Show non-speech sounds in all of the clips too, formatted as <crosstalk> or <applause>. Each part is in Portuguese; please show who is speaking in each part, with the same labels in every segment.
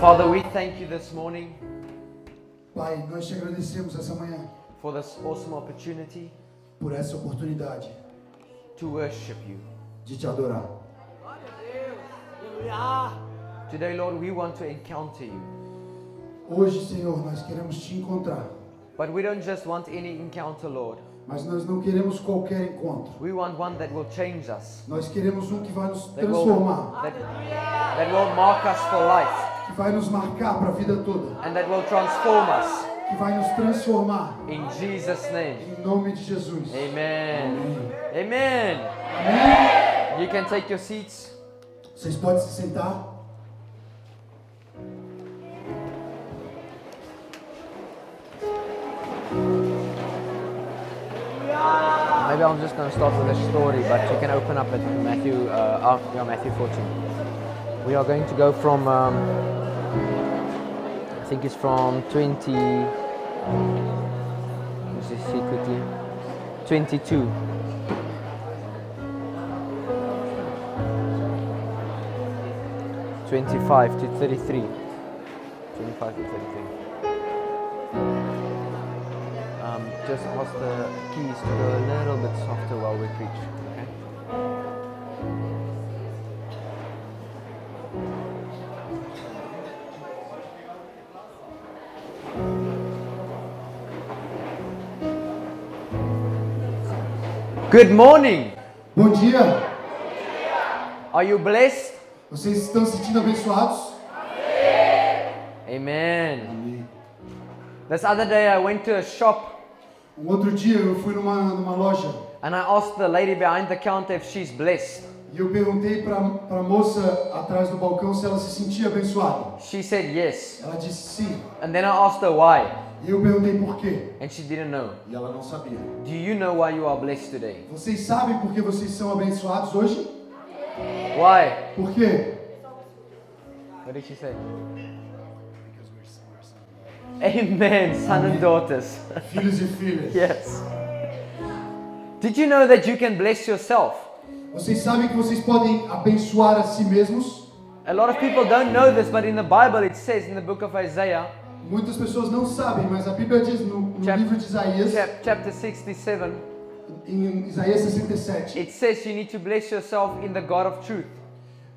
Speaker 1: Father, we thank you this morning
Speaker 2: Pai, nós te agradecemos essa manhã
Speaker 1: for this awesome opportunity
Speaker 2: por essa oportunidade
Speaker 1: to worship you.
Speaker 2: de te adorar.
Speaker 1: Today, Lord, we want to encounter you.
Speaker 2: Hoje, Senhor, nós queremos te encontrar,
Speaker 1: But we don't just want any encounter, Lord.
Speaker 2: mas nós não queremos qualquer encontro.
Speaker 1: We want one that will change us,
Speaker 2: Nós queremos um que vai nos
Speaker 1: that will,
Speaker 2: transformar,
Speaker 1: that, that will mark us for life,
Speaker 2: que vai nos marcar para a vida toda,
Speaker 1: and that will transform us.
Speaker 2: que vai nos transformar.
Speaker 1: In Jesus' name.
Speaker 2: Em nome de Jesus.
Speaker 1: Amen. Amen.
Speaker 2: Amém.
Speaker 1: You can take your seats.
Speaker 2: Vocês podem se sentar.
Speaker 1: Maybe I'm just going to start with a story, but you can open up at Matthew, uh, oh, yeah, Matthew 14. We are going to go from, um, I think it's from 20. Let me just see quickly. 22. Twenty-five to thirty-three. Twenty-five to thirty-three. Um, just ask the keys to go a little bit softer while we preach. Okay? Good morning.
Speaker 2: Bom dia.
Speaker 1: Are you blessed?
Speaker 2: Vocês estão se sentindo abençoados?
Speaker 1: Amen. This other day I went to a shop
Speaker 2: Um outro dia eu fui numa, numa loja
Speaker 1: and I asked the lady behind the counter if she's blessed.
Speaker 2: e eu perguntei para a moça atrás do balcão se ela se sentia abençoada.
Speaker 1: She said yes.
Speaker 2: Ela disse sim.
Speaker 1: And then I asked her why.
Speaker 2: E eu perguntei por quê.
Speaker 1: And she didn't know.
Speaker 2: E ela não sabia.
Speaker 1: Do you know why you are blessed today?
Speaker 2: Vocês sabem por que vocês são abençoados hoje?
Speaker 1: Why?
Speaker 2: Por quê?
Speaker 1: What did she say? Amen, son and daughters. <laughs>
Speaker 2: Filhos e filhas.
Speaker 1: yes. Did you know that you can bless yourself?
Speaker 2: Vocês sabem que vocês podem abençoar a si mesmos?
Speaker 1: A lot of people don't know this, but in the Bible it says in the book of Isaiah,
Speaker 2: Muitas pessoas não sabem, mas a Bíblia diz no, no
Speaker 1: Chap-
Speaker 2: livro de Isaías,
Speaker 1: chap- chapter 67,
Speaker 2: em Isaías 67,
Speaker 1: it says you need to bless yourself in the God of truth.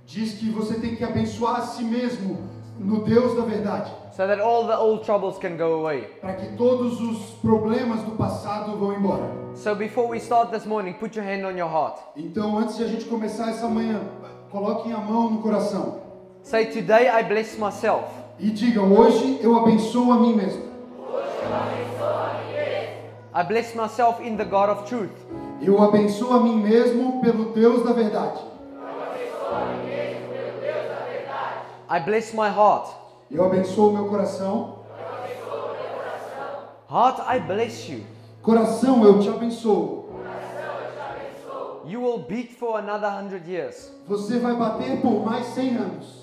Speaker 2: diz que você tem que abençoar a si mesmo no Deus da verdade,
Speaker 1: So that all the old troubles can go away.
Speaker 2: para que todos os problemas do passado vão embora.
Speaker 1: So before we start this morning, put your hand on your heart.
Speaker 2: Então, antes de a gente começar essa manhã, coloquem a mão no coração.
Speaker 1: Say, Today I bless myself.
Speaker 2: e digam: Hoje eu abençoo a mim mesmo.
Speaker 1: I bless myself in the God of truth.
Speaker 2: Eu abençoo a mim mesmo pelo Deus da verdade.
Speaker 1: I bless my heart.
Speaker 2: Eu abençoo o meu coração.
Speaker 1: Heart, I bless you.
Speaker 2: Coração, eu te abençoo.
Speaker 1: You will beat for another hundred years.
Speaker 2: Você vai bater por mais 100 anos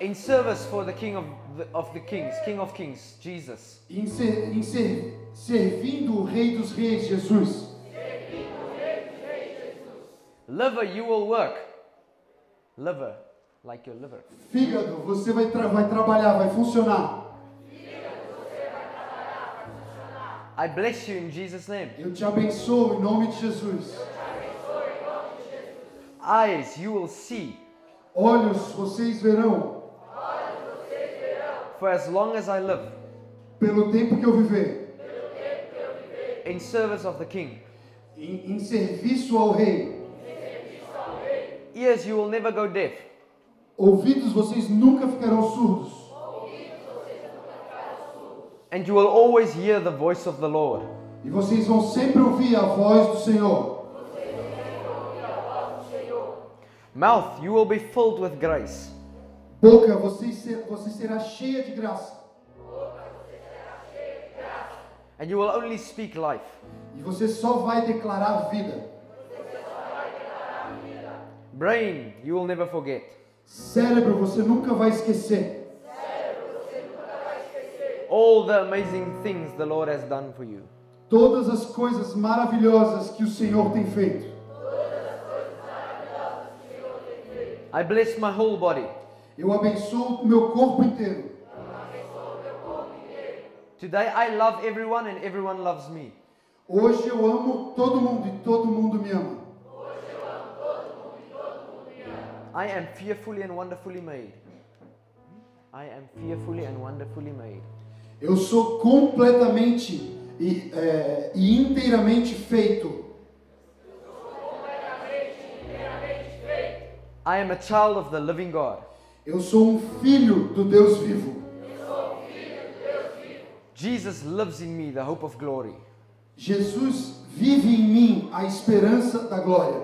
Speaker 1: In service for the King of the, of the Kings, King of Kings, Jesus.
Speaker 2: em, ser, em ser, servindo o Rei dos Reis, Jesus.
Speaker 1: Liver, you will work. Liver, like your liver.
Speaker 2: Fígado, você vai, tra vai trabalhar, vai funcionar.
Speaker 1: I bless you in Jesus' name.
Speaker 2: Eu te abençoo em nome de Jesus.
Speaker 1: Eyes, you will see.
Speaker 2: Olhos, vocês verão
Speaker 1: For as long as I live,
Speaker 2: pelo tempo que eu viver,
Speaker 1: in service of the King.
Speaker 2: em, em serviço ao Rei.
Speaker 1: Ears, you will never go deaf.
Speaker 2: Ouvidos, vocês nunca ficarão surdos.
Speaker 1: And you will always hear the voice of the Lord.
Speaker 2: E vocês vão sempre ouvir a voz do Senhor.
Speaker 1: Mouth, you will be filled with grace.
Speaker 2: Boca, você, ser- você será cheia de graça.
Speaker 1: And you will only speak life.
Speaker 2: E você só vai declarar vida.
Speaker 1: Brain, you will never forget.
Speaker 2: Cérebro, você nunca vai esquecer.
Speaker 1: All the amazing things the Lord has done for you.
Speaker 2: Todas as coisas maravilhosas que o Senhor tem feito.
Speaker 1: I bless my whole body.
Speaker 2: Eu abençoo o meu corpo inteiro.
Speaker 1: Today I love everyone and everyone loves me.
Speaker 2: Hoje eu amo todo mundo e todo mundo me ama.
Speaker 1: I am fearfully and wonderfully made.
Speaker 3: I am fearfully and wonderfully made.
Speaker 2: Eu sou completamente e, é, e inteiramente feito.
Speaker 1: I am a child of the living God.
Speaker 2: Eu sou um filho do Deus vivo.
Speaker 1: Jesus lives in me, the hope of glory.
Speaker 2: Jesus vive em mim a esperança da glória.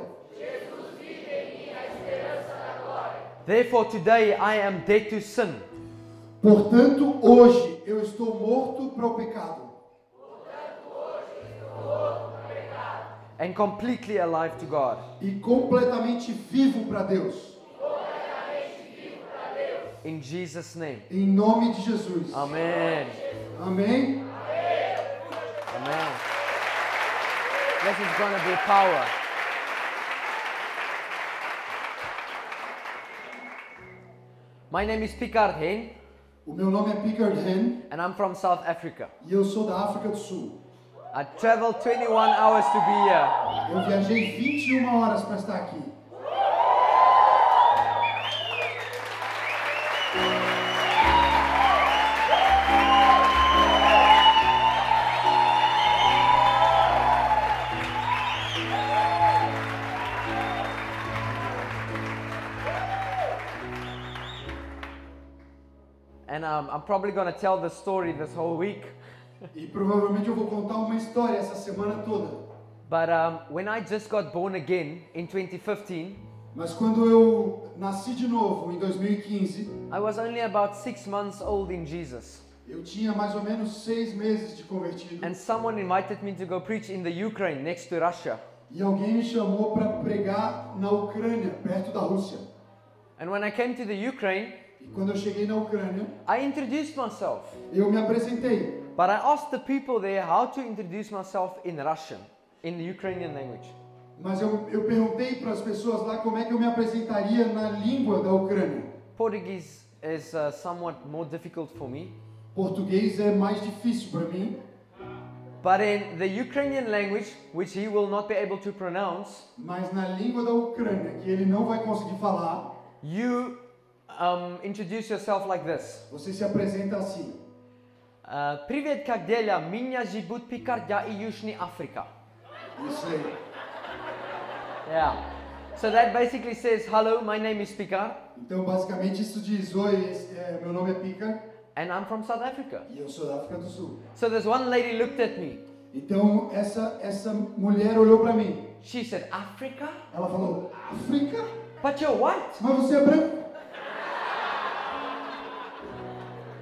Speaker 1: Therefore, today I am dead to sin.
Speaker 2: Portanto, hoje eu estou morto para o pecado
Speaker 1: and completely alive to God.
Speaker 2: e completamente vivo para Deus.
Speaker 1: In Jesus' name.
Speaker 2: Em nome de Jesus.
Speaker 1: Amen.
Speaker 2: Amém?
Speaker 1: Amen.
Speaker 3: This is going to be power.
Speaker 1: My name is Picard Hen,
Speaker 2: O meu nome é Pickard Hen
Speaker 1: and I'm from South Africa.
Speaker 2: e eu sou da África do Sul.
Speaker 1: I traveled 21 hours to be here.
Speaker 2: Eu viajei 21 horas para estar aqui.
Speaker 1: And um, I'm probably going to tell the story this whole week.
Speaker 2: E provavelmente eu vou contar uma história essa semana toda.
Speaker 1: But um, when I just got born again in 2015,
Speaker 2: Mas quando eu nasci de novo em 2015,
Speaker 1: I was only about six months old in Jesus.
Speaker 2: eu tinha mais ou menos seis meses de convertido
Speaker 1: And someone invited me to go preach in the Ukraine next to Russia.
Speaker 2: e alguém me chamou para pregar na Ucrânia, perto da Rússia.
Speaker 1: And when I came to the Ukraine,
Speaker 2: E quando eu cheguei na Ucrânia,
Speaker 1: I introduced myself.
Speaker 2: eu me apresentei.
Speaker 1: But I asked the people there how to introduce myself in Russian, in the Ukrainian language.
Speaker 2: Mas eu, eu perguntei para as pessoas lá como é que eu me apresentaria na língua da Ucrânia.
Speaker 1: Portuguese is uh, somewhat more difficult for me.
Speaker 2: Português é mais difícil para mim,
Speaker 1: But in the Ukrainian language, which he will not be able to pronounce,
Speaker 2: mas na língua da Ucrânia, que ele não vai conseguir falar,
Speaker 1: you um, introduce yourself like this.
Speaker 2: você se apresenta assim.
Speaker 1: Uh, Привет, как дела? Меня зовут Пикар, я из Южной Африка.
Speaker 2: Isso aí.
Speaker 1: Yeah. So that basically says, hello, my name is Picard,
Speaker 2: Então, basicamente, isso diz: Oi, esse- é, meu nome é Pica
Speaker 1: and I'm from South Africa.
Speaker 2: e eu sou da África do Sul.
Speaker 1: So this one lady looked at me.
Speaker 2: Então, essa, essa mulher olhou para mim.
Speaker 1: She said, Africa?
Speaker 2: Ela falou: África?
Speaker 1: But you're white.
Speaker 2: Mas você é branco?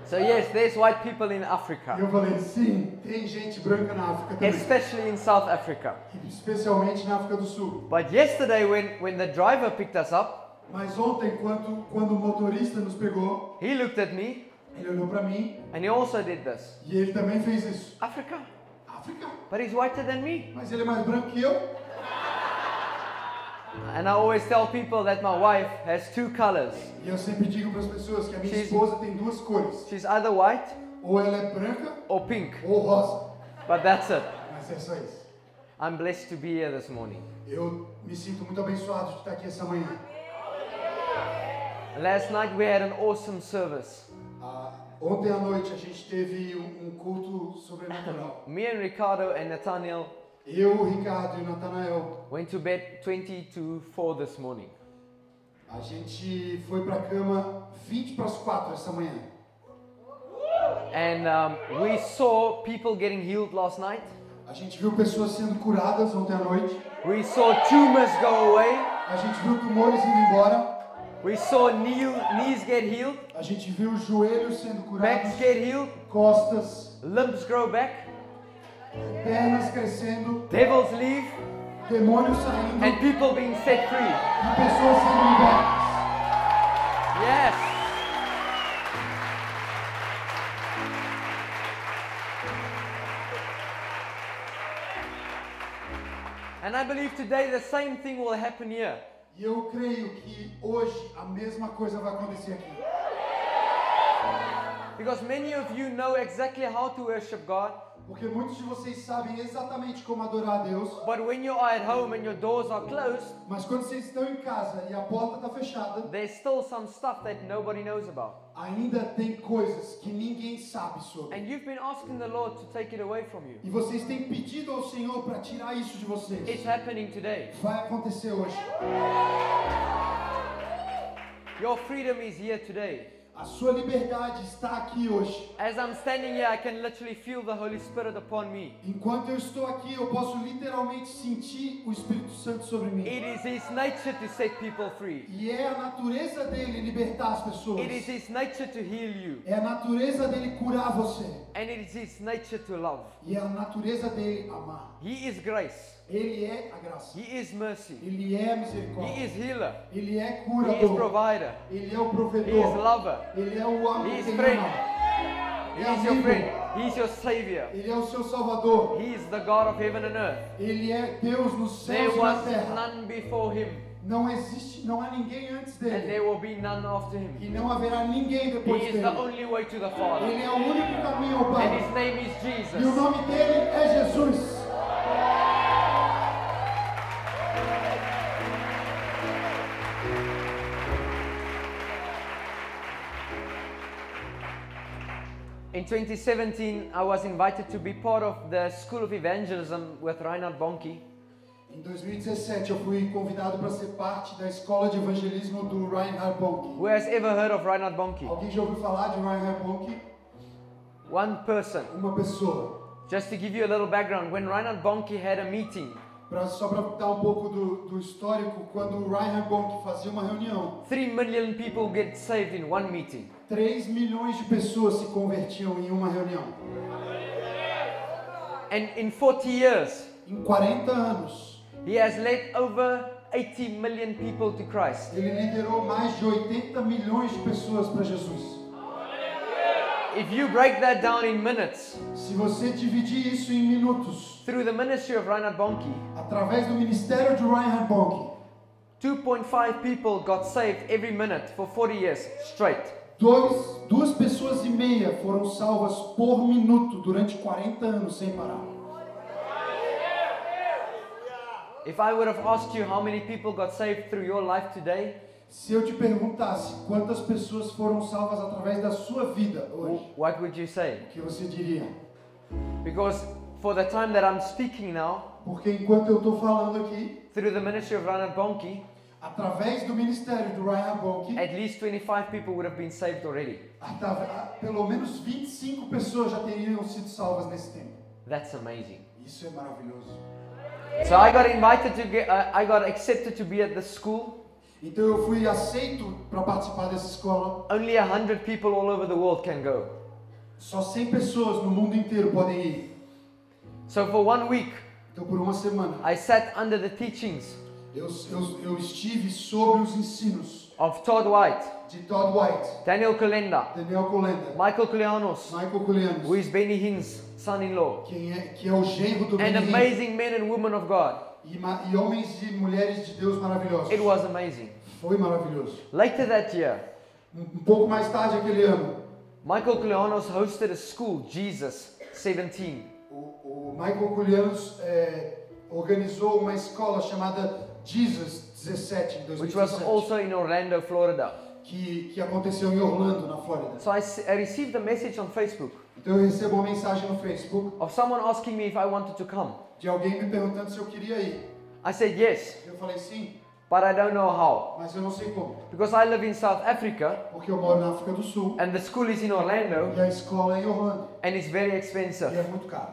Speaker 1: So yes, there's white people in
Speaker 2: E
Speaker 1: Africa,
Speaker 2: eu falei: Sim, tem gente branca na África também,
Speaker 1: especially in South Africa.
Speaker 2: especialmente na África do Sul.
Speaker 1: But yesterday, when, when the driver picked us up,
Speaker 2: Mas ontem, quando, quando o motorista nos pegou,
Speaker 1: he looked at me
Speaker 2: ele olhou pra mim
Speaker 1: and he also did this.
Speaker 2: e ele também fez isso.
Speaker 1: Africa.
Speaker 2: África?
Speaker 1: But he's whiter than me.
Speaker 2: Mas ele é mais branco que eu?
Speaker 1: And I always tell people that my wife has two colors.
Speaker 2: E eu sempre digo para as pessoas que a minha
Speaker 1: Sim.
Speaker 2: esposa tem duas cores:
Speaker 1: She's either white
Speaker 2: ou ela é branca
Speaker 1: or pink.
Speaker 2: ou rosa.
Speaker 1: But that's it.
Speaker 2: Mas é só isso.
Speaker 1: I'm blessed to be here this morning.
Speaker 2: Eu me sinto muito abençoado de estar aqui essa manhã.
Speaker 1: Last night we had an awesome service.
Speaker 2: Ah, ontem à noite a gente teve um, um culto sobrenatural.
Speaker 1: Me and Ricardo and Nathaniel
Speaker 2: Eu, o Ricardo e o Natanael,
Speaker 1: went to bed 20 to 4 this morning.
Speaker 2: a gente foi pra cama 20 para as 4 essa manhã.
Speaker 1: And um, we saw people getting healed last night.
Speaker 2: A gente viu pessoas sendo curadas ontem à noite.
Speaker 1: We saw tumors go away.
Speaker 2: A gente viu tumores indo embora,
Speaker 1: We saw knee, knees get healed,
Speaker 2: a gente viu joelhos sendo curados,
Speaker 1: backs get healed,
Speaker 2: costas,
Speaker 1: limbs grow back,
Speaker 2: pernas crescendo,
Speaker 1: devils leave,
Speaker 2: demônios saindo
Speaker 1: and people being set free.
Speaker 2: e pessoas sendo libertas.
Speaker 1: Yes. And I believe today the same thing will happen here.
Speaker 2: E E eu creio que hoje a mesma coisa vai acontecer aqui.
Speaker 1: Because many of you know exactly how to worship God,
Speaker 2: Porque muitos de vocês sabem exatamente como adorar a Deus,
Speaker 1: but when you are at home and your doors are closed,
Speaker 2: mas quando vocês estão em casa e a porta está fechada,
Speaker 1: there's still some stuff that nobody knows about.
Speaker 2: ainda tem coisas que ninguém sabe sobre.
Speaker 1: And you've been asking the Lord to take it away from you.
Speaker 2: E vocês têm pedido ao Senhor para tirar isso é de vocês.
Speaker 1: It's happening today.
Speaker 2: Vai acontecer hoje.
Speaker 1: Your freedom is here today.
Speaker 2: A sua liberdade está aqui hoje.
Speaker 1: As I'm standing here, I can literally feel the Holy Spirit upon me.
Speaker 2: Enquanto eu estou aqui, eu posso literalmente sentir o Espírito Santo sobre mim.
Speaker 1: It is His nature to set people free,
Speaker 2: E é a natureza dele libertar as pessoas.
Speaker 1: it is His nature to heal you,
Speaker 2: É a natureza dele curar você.
Speaker 1: and it is His nature to love.
Speaker 2: E é a natureza dele amar.
Speaker 1: He is grace,
Speaker 2: Ele é a graça.
Speaker 1: He is mercy,
Speaker 2: Ele é
Speaker 1: He
Speaker 2: misericórdia.
Speaker 1: is healer,
Speaker 2: Ele é
Speaker 1: He is
Speaker 2: curador.
Speaker 1: provider,
Speaker 2: Ele é o
Speaker 1: He is
Speaker 2: provedor.
Speaker 1: lover,
Speaker 2: Ele é o amigo.
Speaker 1: He is
Speaker 2: que ama.
Speaker 1: friend. He
Speaker 2: É
Speaker 1: is your
Speaker 2: amigo.
Speaker 1: friend, He is your savior,
Speaker 2: Ele é o seu salvador.
Speaker 1: He is the God of heaven and earth.
Speaker 2: Ele é Deus nos
Speaker 1: There
Speaker 2: céus e na É
Speaker 1: was
Speaker 2: terra.
Speaker 1: none before Him,
Speaker 2: Não existe, não há ninguém antes
Speaker 1: and
Speaker 2: dele.
Speaker 1: there will be none after Him.
Speaker 2: E não haverá ninguém
Speaker 1: He
Speaker 2: depois
Speaker 1: is
Speaker 2: dele.
Speaker 1: the only way to the Father,
Speaker 2: Ele é o único caminho ao
Speaker 1: and
Speaker 2: Pai.
Speaker 1: His name is Jesus.
Speaker 2: E o nome dele é Jesus.
Speaker 1: In 2017, I was invited to be part of the School of Evangelism with Reinhard Bonnke.
Speaker 2: Em 2017 eu fui convidado para ser parte da escola de evangelismo do Reinhard Bonk.
Speaker 1: Who has ever heard of Reinhard Bonnke?
Speaker 2: Alguém já ouviu falar de Reinhard Bonk?
Speaker 1: One person.
Speaker 2: Uma pessoa.
Speaker 1: Just to give you a little background, when Reinhard Bonnke had a meeting,
Speaker 2: Pra, só para dar um pouco do, do histórico, quando o Reinhard Bonk fazia uma reunião,
Speaker 1: three million people get saved in one meeting.
Speaker 2: 3 milhões de pessoas se convertiam em uma reunião.
Speaker 1: And in 40 years,
Speaker 2: Em 40 anos,
Speaker 1: he has led over 80 million people to Christ.
Speaker 2: ele liderou mais de 80 milhões de pessoas para Jesus.
Speaker 1: If you break that down in minutes,
Speaker 2: Se você dividir isso em minutos,
Speaker 1: through the ministry of Reinhard Bonnke,
Speaker 2: através do ministério de Reinhard Bonk,
Speaker 1: 2.5 people got saved every minute for 40 years straight.
Speaker 2: dois, duas pessoas e meia foram salvas por minuto durante 40 anos sem parar.
Speaker 1: If I would have asked you how many people got saved through your life today,
Speaker 2: Se eu te perguntasse quantas pessoas foram salvas através da sua vida hoje,
Speaker 1: what would you say?
Speaker 2: o que você diria?
Speaker 1: Because for the time that I'm speaking now,
Speaker 2: Porque enquanto eu estou falando aqui,
Speaker 1: through the ministry of Reinhard Bonnke,
Speaker 2: através do ministério do Reinhard Bonk,
Speaker 1: at least 25 people would have been saved already.
Speaker 2: atra- pelo menos 25 pessoas já teriam sido salvas nesse tempo.
Speaker 1: That's amazing.
Speaker 2: Isso é maravilhoso.
Speaker 1: So I got invited to get, uh, I got accepted to be at the school.
Speaker 2: Então eu fui aceito para participar dessa escola.
Speaker 1: Only 100 people all over the world can go.
Speaker 2: Só 100 pessoas no mundo inteiro podem ir.
Speaker 1: So for one week,
Speaker 2: Então, por uma semana,
Speaker 1: I sat under the teachings
Speaker 2: eu, eu, eu estive sobre os ensinos
Speaker 1: of Todd White,
Speaker 2: de Todd White,
Speaker 1: Daniel Kalenda,
Speaker 2: Daniel Colenda,
Speaker 1: Michael Kleanos,
Speaker 2: Michael
Speaker 1: who
Speaker 2: Culianos,
Speaker 1: is Benny Hinn's son-in-law.
Speaker 2: quem é, que é o genro do
Speaker 1: and
Speaker 2: Benny
Speaker 1: amazing men and women of God.
Speaker 2: Hinn, e, ma- e homens e mulheres de Deus maravilhosos.
Speaker 1: It was amazing.
Speaker 2: Foi maravilhoso.
Speaker 1: Later that year,
Speaker 2: Um, um pouco mais tarde aquele ano,
Speaker 1: Michael Kleanos hosted a school, Jesus 17.
Speaker 2: o, o Michael Culianos é, organizou uma escola chamada Jesus 17, em
Speaker 1: Which was
Speaker 2: 2017,
Speaker 1: also in Orlando, Florida.
Speaker 2: que, que aconteceu em Orlando, na Flórida.
Speaker 1: So I, s- I received a message on Facebook
Speaker 2: Então eu recebo uma mensagem no Facebook
Speaker 1: of someone asking me if I wanted to come.
Speaker 2: de alguém me perguntando se eu queria ir.
Speaker 1: I said yes,
Speaker 2: Eu falei sim,
Speaker 1: but I don't know how.
Speaker 2: mas eu não sei como,
Speaker 1: Because I live in South Africa
Speaker 2: porque eu moro na África do Sul
Speaker 1: and the school is in Orlando
Speaker 2: e a escola é em Orlando
Speaker 1: and it's very
Speaker 2: e
Speaker 1: expensive.
Speaker 2: é muito caro.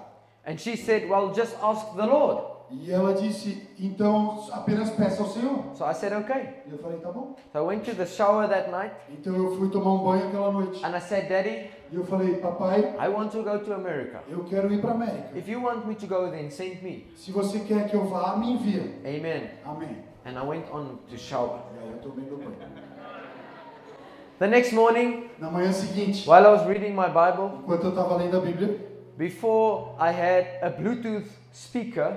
Speaker 1: And she said, Well, just ask the Lord.
Speaker 2: E ela disse, então apenas peça ao Senhor.
Speaker 1: So I said, Okay.
Speaker 2: E eu falei, tá bom.
Speaker 1: So I went to the shower that night
Speaker 2: Então eu fui tomar um banho aquela noite
Speaker 1: and I said, Daddy,
Speaker 2: e eu falei, papai,
Speaker 1: I want to go to America.
Speaker 2: eu quero ir para América.
Speaker 1: If you want me to go, then send me.
Speaker 2: Se você quer que eu vá, me envia.
Speaker 1: Amen.
Speaker 2: Amém.
Speaker 1: And I went on to shower.
Speaker 2: E aí eu tomei meu banho.
Speaker 1: The next morning,
Speaker 2: Na manhã seguinte,
Speaker 1: while I was reading my Bible,
Speaker 2: enquanto eu estava lendo a Bíblia,
Speaker 1: before I had a Bluetooth speaker,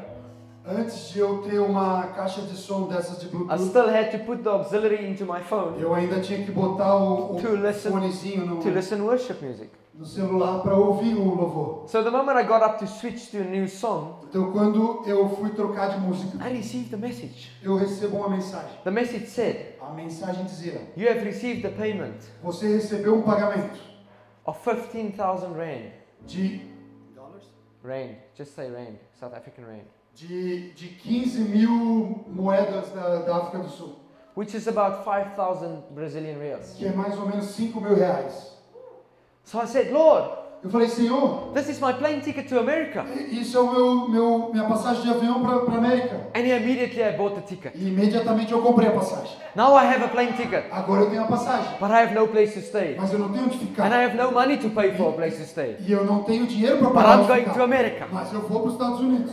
Speaker 2: Antes de eu ter uma caixa de som dessas de
Speaker 1: I
Speaker 2: Bluetooth,
Speaker 1: still had to put the auxiliary into my phone
Speaker 2: eu ainda tinha que botar o, o
Speaker 1: To listen-
Speaker 2: fonezinho no,
Speaker 1: to listen worship music.
Speaker 2: no celular para ouvir o louvor.
Speaker 1: So the moment I got up to switch to a new song,
Speaker 2: Então, quando eu fui trocar de música,
Speaker 1: I received a message.
Speaker 2: eu recebo uma mensagem.
Speaker 1: The message said,
Speaker 2: A mensagem dizia:
Speaker 1: You have received the payment
Speaker 2: Você recebeu um pagamento
Speaker 1: of 15,000 rand.
Speaker 2: de,
Speaker 1: Rand, just say rand, South African rand,
Speaker 2: de, de 15 mil moedas da, da África do Sul,
Speaker 1: which is about 5,000 Brazilian reals.
Speaker 2: que é mais ou menos 5 mil reais.
Speaker 1: So I said, Lord,
Speaker 2: Eu falei: Senhor,
Speaker 1: this is my plane ticket to America.
Speaker 2: Isso é o meu, meu- minha passagem de avião para a América.
Speaker 1: And immediately I bought the ticket.
Speaker 2: E imediatamente eu comprei a passagem.
Speaker 1: Now I have a plane ticket,
Speaker 2: Agora eu tenho a passagem,
Speaker 1: but I have no place to stay.
Speaker 2: mas eu não tenho onde
Speaker 1: And I
Speaker 2: ficar.
Speaker 1: have no money to pay for a place to stay.
Speaker 2: E eu não tenho dinheiro para
Speaker 1: But
Speaker 2: pagar
Speaker 1: I'm
Speaker 2: onde
Speaker 1: going
Speaker 2: ficar.
Speaker 1: to America.
Speaker 2: Mas eu vou para os Estados Unidos.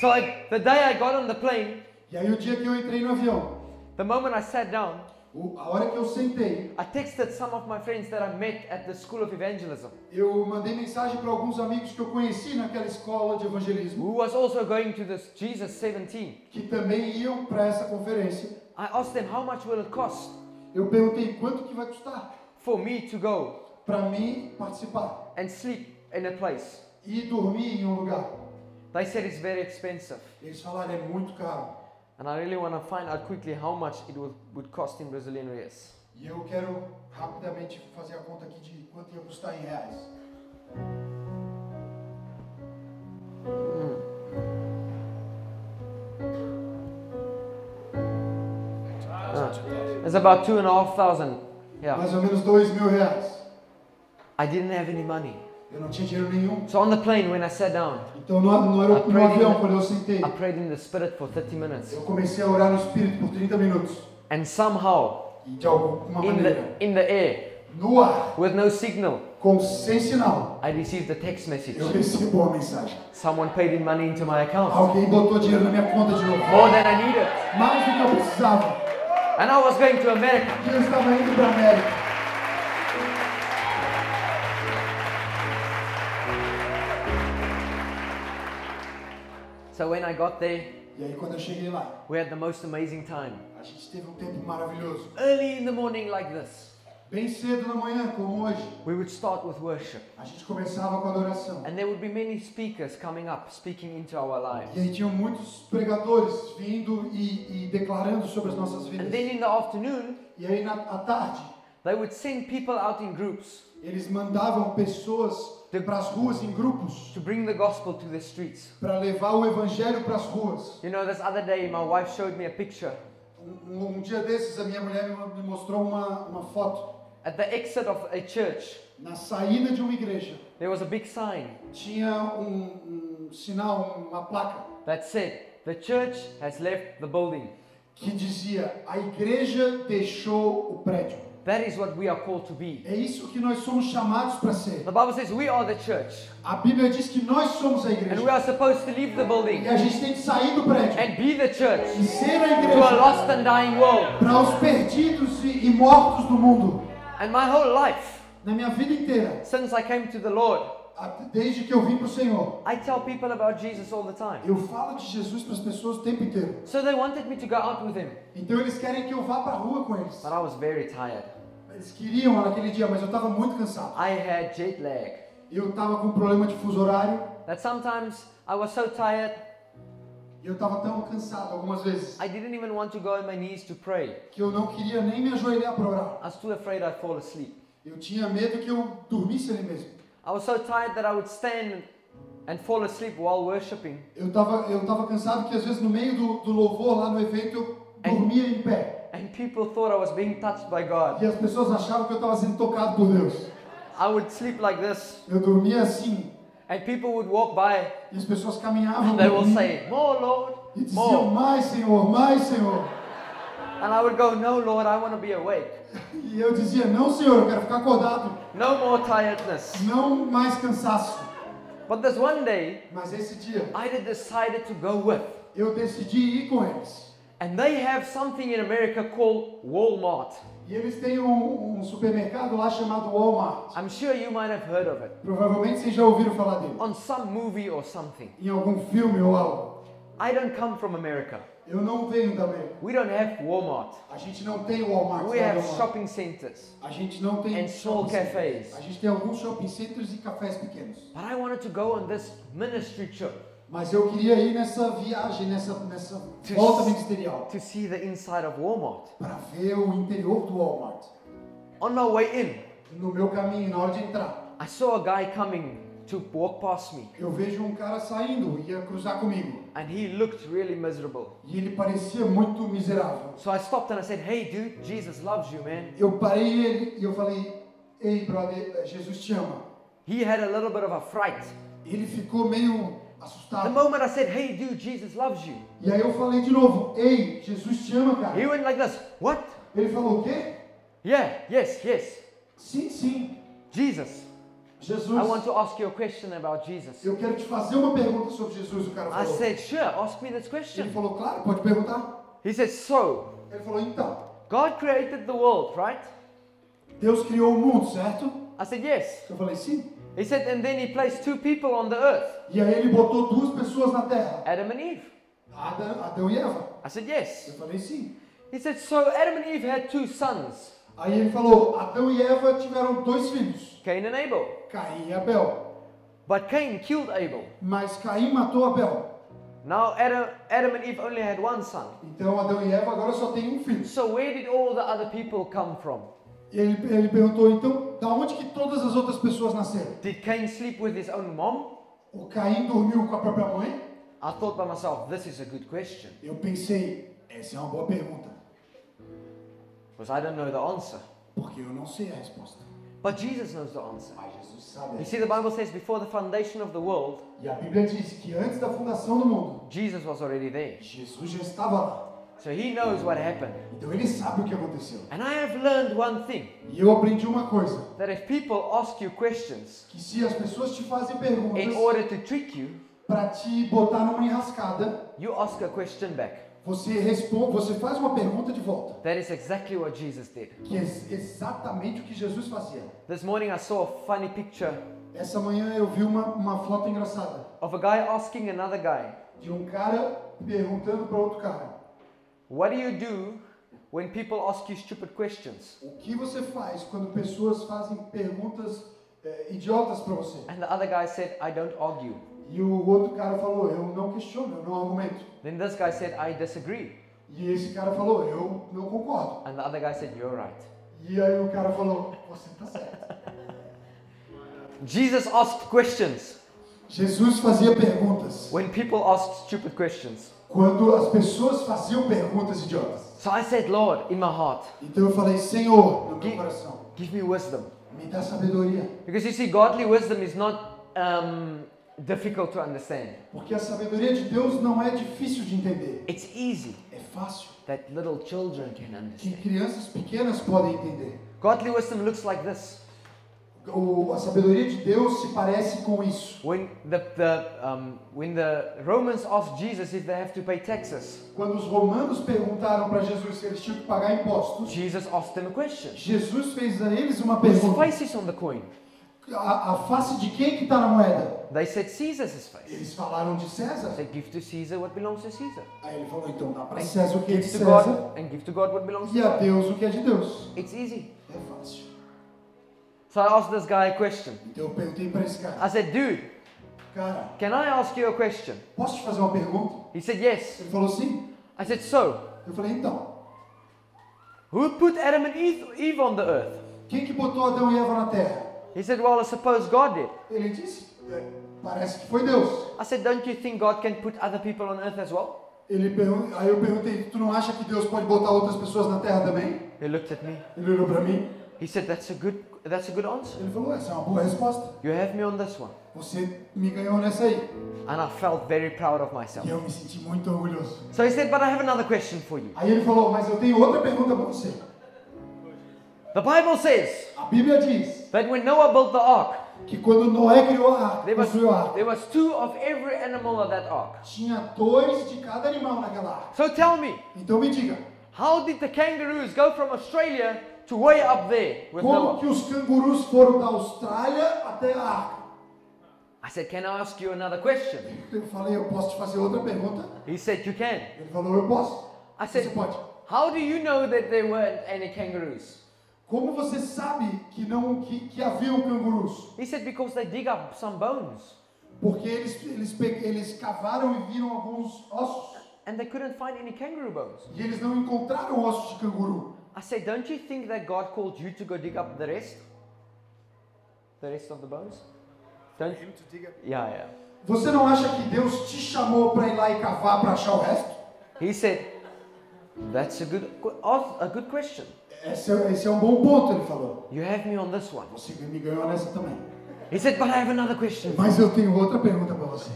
Speaker 1: So I, the day I got on the plane,
Speaker 2: E aí o dia que eu entrei no avião,
Speaker 1: the moment I sat down,
Speaker 2: o- a hora que eu sentei,
Speaker 1: I texted some of my friends that I met at the School of Evangelism,
Speaker 2: eu mandei mensagem para alguns amigos que eu conheci naquela escola de evangelismo,
Speaker 1: who was also going to this Jesus 17.
Speaker 2: que também iam para essa conferência.
Speaker 1: I asked them, How much will it cost
Speaker 2: Eu perguntei quanto que vai custar
Speaker 1: for me to go
Speaker 2: para mim participar
Speaker 1: and sleep in a place?
Speaker 2: e dormir em um lugar.
Speaker 1: They said it's very expensive.
Speaker 2: Eles falaram, é muito caro.
Speaker 1: And I really want to find out quickly how much it would, would cost in Brazilian reais.
Speaker 2: E eu quero rapidamente fazer a conta aqui de quanto ia custar em reais.
Speaker 1: It's about two and a half thousand. Yeah.
Speaker 2: Mais ou menos dois mil reais.
Speaker 1: I didn't have any money.
Speaker 2: Eu não tinha dinheiro nenhum.
Speaker 1: So on the plane, when I sat down,
Speaker 2: Então no, no, aer- no avião, quando eu sentei,
Speaker 1: I prayed in the Spirit for 30 minutes.
Speaker 2: eu comecei a orar no Espírito por 30 minutos.
Speaker 1: And somehow,
Speaker 2: E de alguma
Speaker 1: in
Speaker 2: maneira,
Speaker 1: the, in the air,
Speaker 2: no ar,
Speaker 1: with no signal,
Speaker 2: com, sem sinal,
Speaker 1: I received a text message.
Speaker 2: eu recebo uma mensagem.
Speaker 1: Someone paid in money into my account.
Speaker 2: Alguém botou dinheiro na minha conta de novo.
Speaker 1: More than I needed.
Speaker 2: Mais do que eu precisava.
Speaker 1: And I was going to America.
Speaker 2: E eu estava indo para América.
Speaker 1: So when I got there,
Speaker 2: E aí quando eu cheguei lá,
Speaker 1: we had the most amazing time.
Speaker 2: a gente teve um tempo maravilhoso.
Speaker 1: Early in the morning, like this,
Speaker 2: Bem cedo na manhã, como hoje,
Speaker 1: we would start with worship.
Speaker 2: a gente começava com a adoração.
Speaker 1: And there would be many speakers coming up, speaking into our
Speaker 2: E
Speaker 1: lives.
Speaker 2: aí tinham muitos pregadores vindo e, e declarando sobre as nossas vidas.
Speaker 1: And then in the afternoon,
Speaker 2: E aí na à tarde,
Speaker 1: they would send people out in groups
Speaker 2: eles mandavam pessoas para as ruas em grupos
Speaker 1: to bring the gospel to the streets.
Speaker 2: para levar o evangelho para as ruas.
Speaker 1: You know, this other day, my wife showed me a picture.
Speaker 2: Um, um dia desses, a minha mulher me ma- me mostrou uma, uma foto.
Speaker 1: At the exit of a church,
Speaker 2: Na saída de uma igreja,
Speaker 1: there was a big sign
Speaker 2: tinha um, um sinal, uma placa,
Speaker 1: that said, The church has left the building.
Speaker 2: que dizia: A igreja deixou o prédio.
Speaker 1: That is what we are called to be.
Speaker 2: É isso que nós somos chamados para ser.
Speaker 1: The Bible says we are the church
Speaker 2: A Bíblia diz que nós somos a
Speaker 1: and we
Speaker 2: igreja.
Speaker 1: are supposed to leave the
Speaker 2: E
Speaker 1: building
Speaker 2: a gente tem que sair do prédio.
Speaker 1: and be the church
Speaker 2: e ser a
Speaker 1: to a
Speaker 2: igreja
Speaker 1: lost and dying world.
Speaker 2: para os perdidos e, e mortos do mundo.
Speaker 1: And my whole life,
Speaker 2: Na minha vida inteira,
Speaker 1: since I came to the Lord,
Speaker 2: a- desde que eu vim para o Senhor,
Speaker 1: I tell people about Jesus all the time.
Speaker 2: eu falo de Jesus para as pessoas o tempo inteiro.
Speaker 1: So they wanted me to go out with him,
Speaker 2: Então eles querem que eu vá para a rua com eles.
Speaker 1: but I was very tired.
Speaker 2: Eles queriam naquele dia, mas eu estava muito cansado.
Speaker 1: I had jet lag.
Speaker 2: Eu estava com um problema de fuso horário
Speaker 1: That sometimes I was so tired,
Speaker 2: e eu estava tão cansado algumas vezes
Speaker 1: I didn't even want to go on my knees to pray.
Speaker 2: que eu não queria nem me ajoelhar para orar.
Speaker 1: I was too afraid I'd fall asleep.
Speaker 2: Eu tinha medo que eu dormisse ali mesmo.
Speaker 1: I was so tired that I would stand and fall asleep while worshiping.
Speaker 2: Eu estava eu tava cansado que às vezes no meio do, do louvor lá no evento eu dormia em pé.
Speaker 1: And people thought I was being touched by God.
Speaker 2: E as pessoas achavam que eu estava sendo tocado por Deus.
Speaker 1: I would sleep like this,
Speaker 2: Eu dormia assim,
Speaker 1: and people would walk by
Speaker 2: e as pessoas caminhavam
Speaker 1: and they
Speaker 2: por
Speaker 1: will
Speaker 2: mim
Speaker 1: say, More, Lord,
Speaker 2: e diziam:
Speaker 1: more.
Speaker 2: Mais, Senhor, mais, Senhor.
Speaker 1: And I would go, No, Lord, I want to be awake.
Speaker 2: E eu dizia: Não, Senhor, eu quero ficar acordado,
Speaker 1: No more tiredness.
Speaker 2: não mais cansaço.
Speaker 1: But this one day,
Speaker 2: Mas esse dia,
Speaker 1: I had decided to go with.
Speaker 2: eu decidi ir com eles.
Speaker 1: And they have something in America called Walmart.
Speaker 2: E eles têm um, um supermercado lá chamado Walmart.
Speaker 1: I'm sure you might have heard of it
Speaker 2: Provavelmente vocês já ouviram falar dele.
Speaker 1: on some movie or something.
Speaker 2: Em algum filme ou algo.
Speaker 1: I don't come from America.
Speaker 2: Eu não venho da América.
Speaker 1: We don't have Walmart.
Speaker 2: A gente não tem Walmart.
Speaker 1: We
Speaker 2: lá
Speaker 1: have
Speaker 2: no Walmart.
Speaker 1: shopping centers.
Speaker 2: A gente não tem
Speaker 1: and small
Speaker 2: shopping centers.
Speaker 1: cafés.
Speaker 2: A gente tem alguns shopping centers e cafés pequenos.
Speaker 1: But I wanted to go on this ministry trip
Speaker 2: Mas eu queria ir nessa viagem, nessa, nessa
Speaker 1: To
Speaker 2: volta
Speaker 1: s-
Speaker 2: ministerial,
Speaker 1: to see the inside of Walmart.
Speaker 2: para ver o interior do Walmart.
Speaker 1: On my way in,
Speaker 2: No meu caminho, na hora de entrar,
Speaker 1: I saw a guy coming to walk past me,
Speaker 2: eu vejo um cara saindo, ia cruzar comigo.
Speaker 1: and he looked really miserable.
Speaker 2: E ele parecia muito miserável.
Speaker 1: So I stopped and I said, Hey, dude, Jesus loves you, man.
Speaker 2: Eu parei ele e eu falei, ei, brother, Jesus te ama.
Speaker 1: He had a little bit of a fright.
Speaker 2: Ele ficou meio
Speaker 1: The
Speaker 2: assustado.
Speaker 1: moment I said, Hey, dude, Jesus loves you,
Speaker 2: E aí eu falei de novo, ei, Jesus te ama,
Speaker 1: he
Speaker 2: cara.
Speaker 1: went like this What?
Speaker 2: Ele falou, o quê?
Speaker 1: Yeah, yes, yes.
Speaker 2: Sim, sim,
Speaker 1: Jesus.
Speaker 2: Jesus.
Speaker 1: I want to ask you a question about Jesus.
Speaker 2: Eu quero te fazer uma pergunta sobre Jesus, o cara
Speaker 1: I
Speaker 2: falou.
Speaker 1: said, Sure, ask me this
Speaker 2: Ele
Speaker 1: question.
Speaker 2: falou, claro, pode perguntar.
Speaker 1: He said, So,
Speaker 2: Ele falou, então,
Speaker 1: God created the world, right?
Speaker 2: Deus criou o mundo, certo?
Speaker 1: I said, Yes.
Speaker 2: Eu falei, sim.
Speaker 1: He said, And then he placed two people on the earth,
Speaker 2: E aí ele botou duas pessoas na terra,
Speaker 1: Adam and Eve.
Speaker 2: Adão, Adão e Eva.
Speaker 1: I said,
Speaker 2: Eu
Speaker 1: Yes.
Speaker 2: falei, sim.
Speaker 1: He said, So Adam and Eve had two sons,
Speaker 2: Aí ele falou, Adão e Eva tiveram dois filhos,
Speaker 1: Cain and Abel.
Speaker 2: Caim e Abel.
Speaker 1: But Cain killed Abel.
Speaker 2: Mas Caim matou Abel.
Speaker 1: Now Adam, Adam and Eve only had one son.
Speaker 2: Então Adão e Eva agora só tem um filho.
Speaker 1: So where did all the other people come from?
Speaker 2: E ele, ele perguntou, então, da onde que todas as outras pessoas nasceram?
Speaker 1: Did Cain sleep with his own mom?
Speaker 2: O Caim dormiu com a própria mãe?
Speaker 1: I thought by myself, this is a good question,
Speaker 2: Eu pensei, essa é uma boa pergunta,
Speaker 1: because I don't know the answer.
Speaker 2: porque eu não sei a resposta.
Speaker 1: But Jesus knows the answer.
Speaker 2: Mas Jesus sabe.
Speaker 1: You see, the Bible says before the foundation of the world,
Speaker 2: E a Bíblia diz que antes da fundação do mundo,
Speaker 1: Jesus was already there.
Speaker 2: Jesus já estava lá.
Speaker 1: So he knows what happened.
Speaker 2: Então ele sabe o que aconteceu.
Speaker 1: And I have learned one thing
Speaker 2: E eu aprendi uma coisa,
Speaker 1: that if people ask you questions
Speaker 2: que se as pessoas te fazem
Speaker 1: in
Speaker 2: perguntas
Speaker 1: order to trick you,
Speaker 2: para te botar numa enrascada,
Speaker 1: you ask a question back.
Speaker 2: você responde, você faz uma pergunta de volta,
Speaker 1: That is exactly what Jesus did.
Speaker 2: que é exatamente o que Jesus fazia.
Speaker 1: This morning I saw a funny picture
Speaker 2: Essa manhã eu vi uma, uma foto engraçada
Speaker 1: of a guy asking another guy,
Speaker 2: de um cara perguntando para outro cara:
Speaker 1: What do you do when people ask you stupid questions?
Speaker 2: "O que você faz quando pessoas fazem perguntas eh, idiotas para você?"
Speaker 1: And the other guy said, I don't argue.
Speaker 2: E o outro cara falou, eu não questiono, eu não argumento.
Speaker 1: Then this guy said, I disagree.
Speaker 2: E esse cara falou, eu não concordo.
Speaker 1: And the other guy said, You're right.
Speaker 2: E aí o cara falou, você tá certo.
Speaker 1: Jesus asked questions
Speaker 2: Jesus fazia perguntas.
Speaker 1: when people asked stupid questions.
Speaker 2: Quando as pessoas faziam perguntas idiotas.
Speaker 1: So I said, Lord, in my heart,
Speaker 2: Então eu falei, Senhor, no meu
Speaker 1: Gi-
Speaker 2: coração,
Speaker 1: give me wisdom.
Speaker 2: me dá sabedoria.
Speaker 1: Because you see, godly wisdom is not um, difficult to understand,
Speaker 2: Porque a sabedoria de Deus não é difícil de entender.
Speaker 1: it's easy
Speaker 2: É fácil. é
Speaker 1: that little children can
Speaker 2: Que
Speaker 1: understand.
Speaker 2: crianças pequenas podem entender.
Speaker 1: Godly wisdom looks like this.
Speaker 2: O, a sabedoria de Deus se parece com isso.
Speaker 1: When the, the, um, when the Romans asked Jesus if they have to pay taxes,
Speaker 2: Quando os romanos perguntaram para Jesus se eles tinham que pagar impostos,
Speaker 1: Jesus asked them a question.
Speaker 2: Jesus fez a eles uma
Speaker 1: Whose
Speaker 2: pergunta.
Speaker 1: face is on the coin?
Speaker 2: A, a face de quem que está na moeda?
Speaker 1: They said Caesar's face.
Speaker 2: Eles falaram de César.
Speaker 1: They give to Caesar what belongs to Caesar.
Speaker 2: Aí ele falou, então dá para
Speaker 1: And
Speaker 2: César o que é de
Speaker 1: give to
Speaker 2: César
Speaker 1: God and give to God what belongs to
Speaker 2: e a
Speaker 1: God.
Speaker 2: Deus o que é de Deus.
Speaker 1: It's easy.
Speaker 2: É fácil.
Speaker 1: So I asked this guy a question.
Speaker 2: Então eu perguntei para esse cara,
Speaker 1: I said, dude,
Speaker 2: cara,
Speaker 1: can I ask you a question?
Speaker 2: posso te fazer uma pergunta?
Speaker 1: He said, yes.
Speaker 2: Ele falou, sim.
Speaker 1: I said, so,
Speaker 2: Eu falei, então,
Speaker 1: who put Adam and Eve, Eve on the earth?
Speaker 2: quem que botou Adão e Eva na terra?
Speaker 1: He said, well, I suppose God did.
Speaker 2: Ele disse, é, parece que foi Deus.
Speaker 1: I said, don't you think God can put other people on earth as well?
Speaker 2: Ele pergun- Aí eu perguntei, tu não acha que Deus pode botar outras pessoas na terra também?
Speaker 1: He looked at me.
Speaker 2: Ele olhou para mim,
Speaker 1: He said, that's a good, that's a good answer.
Speaker 2: ele falou, essa é uma boa resposta.
Speaker 1: You have me on this one.
Speaker 2: Você me ganhou nessa aí.
Speaker 1: And I felt very proud of myself.
Speaker 2: E eu me senti muito orgulhoso.
Speaker 1: So he said, But I have another question for you.
Speaker 2: Aí ele falou, mas eu tenho outra pergunta para você.
Speaker 1: The Bible says
Speaker 2: A Bíblia diz
Speaker 1: that when Noah built the ark,
Speaker 2: que quando Noé criou a arca,
Speaker 1: There was,
Speaker 2: construiu a arca,
Speaker 1: there was two of every animal of that ark.
Speaker 2: tinha dois de cada animal naquela arca.
Speaker 1: So tell me,
Speaker 2: Então me diga,
Speaker 1: how did the kangaroos go from Australia to way up there with
Speaker 2: como
Speaker 1: Noah?
Speaker 2: que os cangurus foram da Austrália até a arca?
Speaker 1: I said, Can I ask you another question?
Speaker 2: Eu falei, eu posso te fazer outra pergunta?
Speaker 1: He said, You can.
Speaker 2: Ele falou, eu posso.
Speaker 1: I
Speaker 2: Você
Speaker 1: said,
Speaker 2: pode.
Speaker 1: How do you know that there weren't any kangaroos?
Speaker 2: Como você sabe que não que, que haviam cangurus?
Speaker 1: He said, Because they dig up some bones
Speaker 2: Porque eles, eles, pe- eles cavaram e viram alguns ossos.
Speaker 1: and they couldn't find any kangaroo bones.
Speaker 2: E eles não encontraram ossos de canguru.
Speaker 1: I said, Don't you think that God called you to go dig up the rest? The rest of the bones? Don't you? Yeah, yeah.
Speaker 2: Você não acha que Deus te chamou para ir lá e cavar para achar o resto?
Speaker 1: He said, That's a good, que- ask- a good question.
Speaker 2: Esse é, esse é um bom ponto, ele falou.
Speaker 1: You have me on this one.
Speaker 2: Você me ganhou nessa também.
Speaker 1: He said, But I have another question.
Speaker 2: Mas eu tenho outra pergunta para você.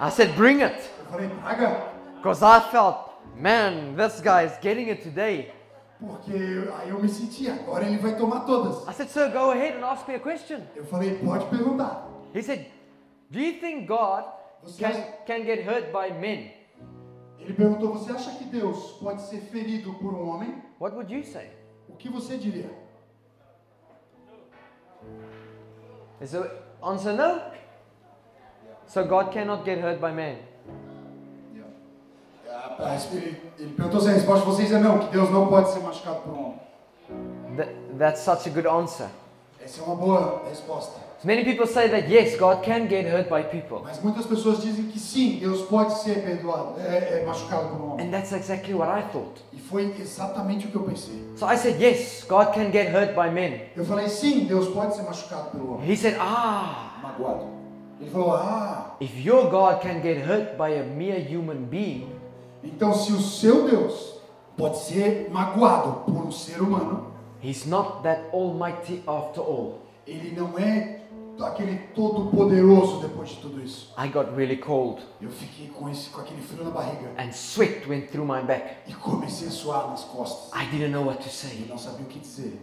Speaker 1: I said, Bring it.
Speaker 2: Eu falei, traga.
Speaker 1: Because I felt, Man, this guy is getting it today.
Speaker 2: Porque aí eu me senti, agora ele vai tomar todas.
Speaker 1: I said, Sir, go ahead and ask me a question.
Speaker 2: Eu falei, pode perguntar.
Speaker 1: He said, Do you think God
Speaker 2: Você
Speaker 1: can,
Speaker 2: acha-
Speaker 1: can get hurt by men?
Speaker 2: Ele perguntou, você acha que Deus pode ser ferido por um homem?
Speaker 1: What would you say?
Speaker 2: O que você diria?
Speaker 1: Is the answer no? So God cannot get hurt by man.
Speaker 2: A resp- Ele, Ah, ele perguntou se a resposta de vocês é não, que Deus não pode ser machucado por um homem.
Speaker 1: Th- that's such a good answer.
Speaker 2: Essa é uma boa resposta.
Speaker 1: Many people say that yes, God can get hurt by people.
Speaker 2: Mas muitas pessoas dizem que sim, Deus pode ser perdoado, é, é machucado por um homem.
Speaker 1: And that's exactly what I thought.
Speaker 2: E foi exatamente o que eu pensei.
Speaker 1: So I said, yes, God can get hurt by men.
Speaker 2: Eu falei, sim, Deus pode ser machucado pelo homem,
Speaker 1: He said, ah,
Speaker 2: magoado. Ele falou, ah,
Speaker 1: if your God can get hurt by a mere human being,
Speaker 2: então se o seu Deus pode ser magoado por um ser humano,
Speaker 1: he's not that almighty after all.
Speaker 2: ele não é aquele todo poderoso depois de tudo isso.
Speaker 1: I got really cold
Speaker 2: Eu fiquei com, esse, com aquele frio na barriga
Speaker 1: and sweat went through my back.
Speaker 2: e comecei a suar nas costas.
Speaker 1: I didn't know what to say,
Speaker 2: Eu não sabia o que dizer,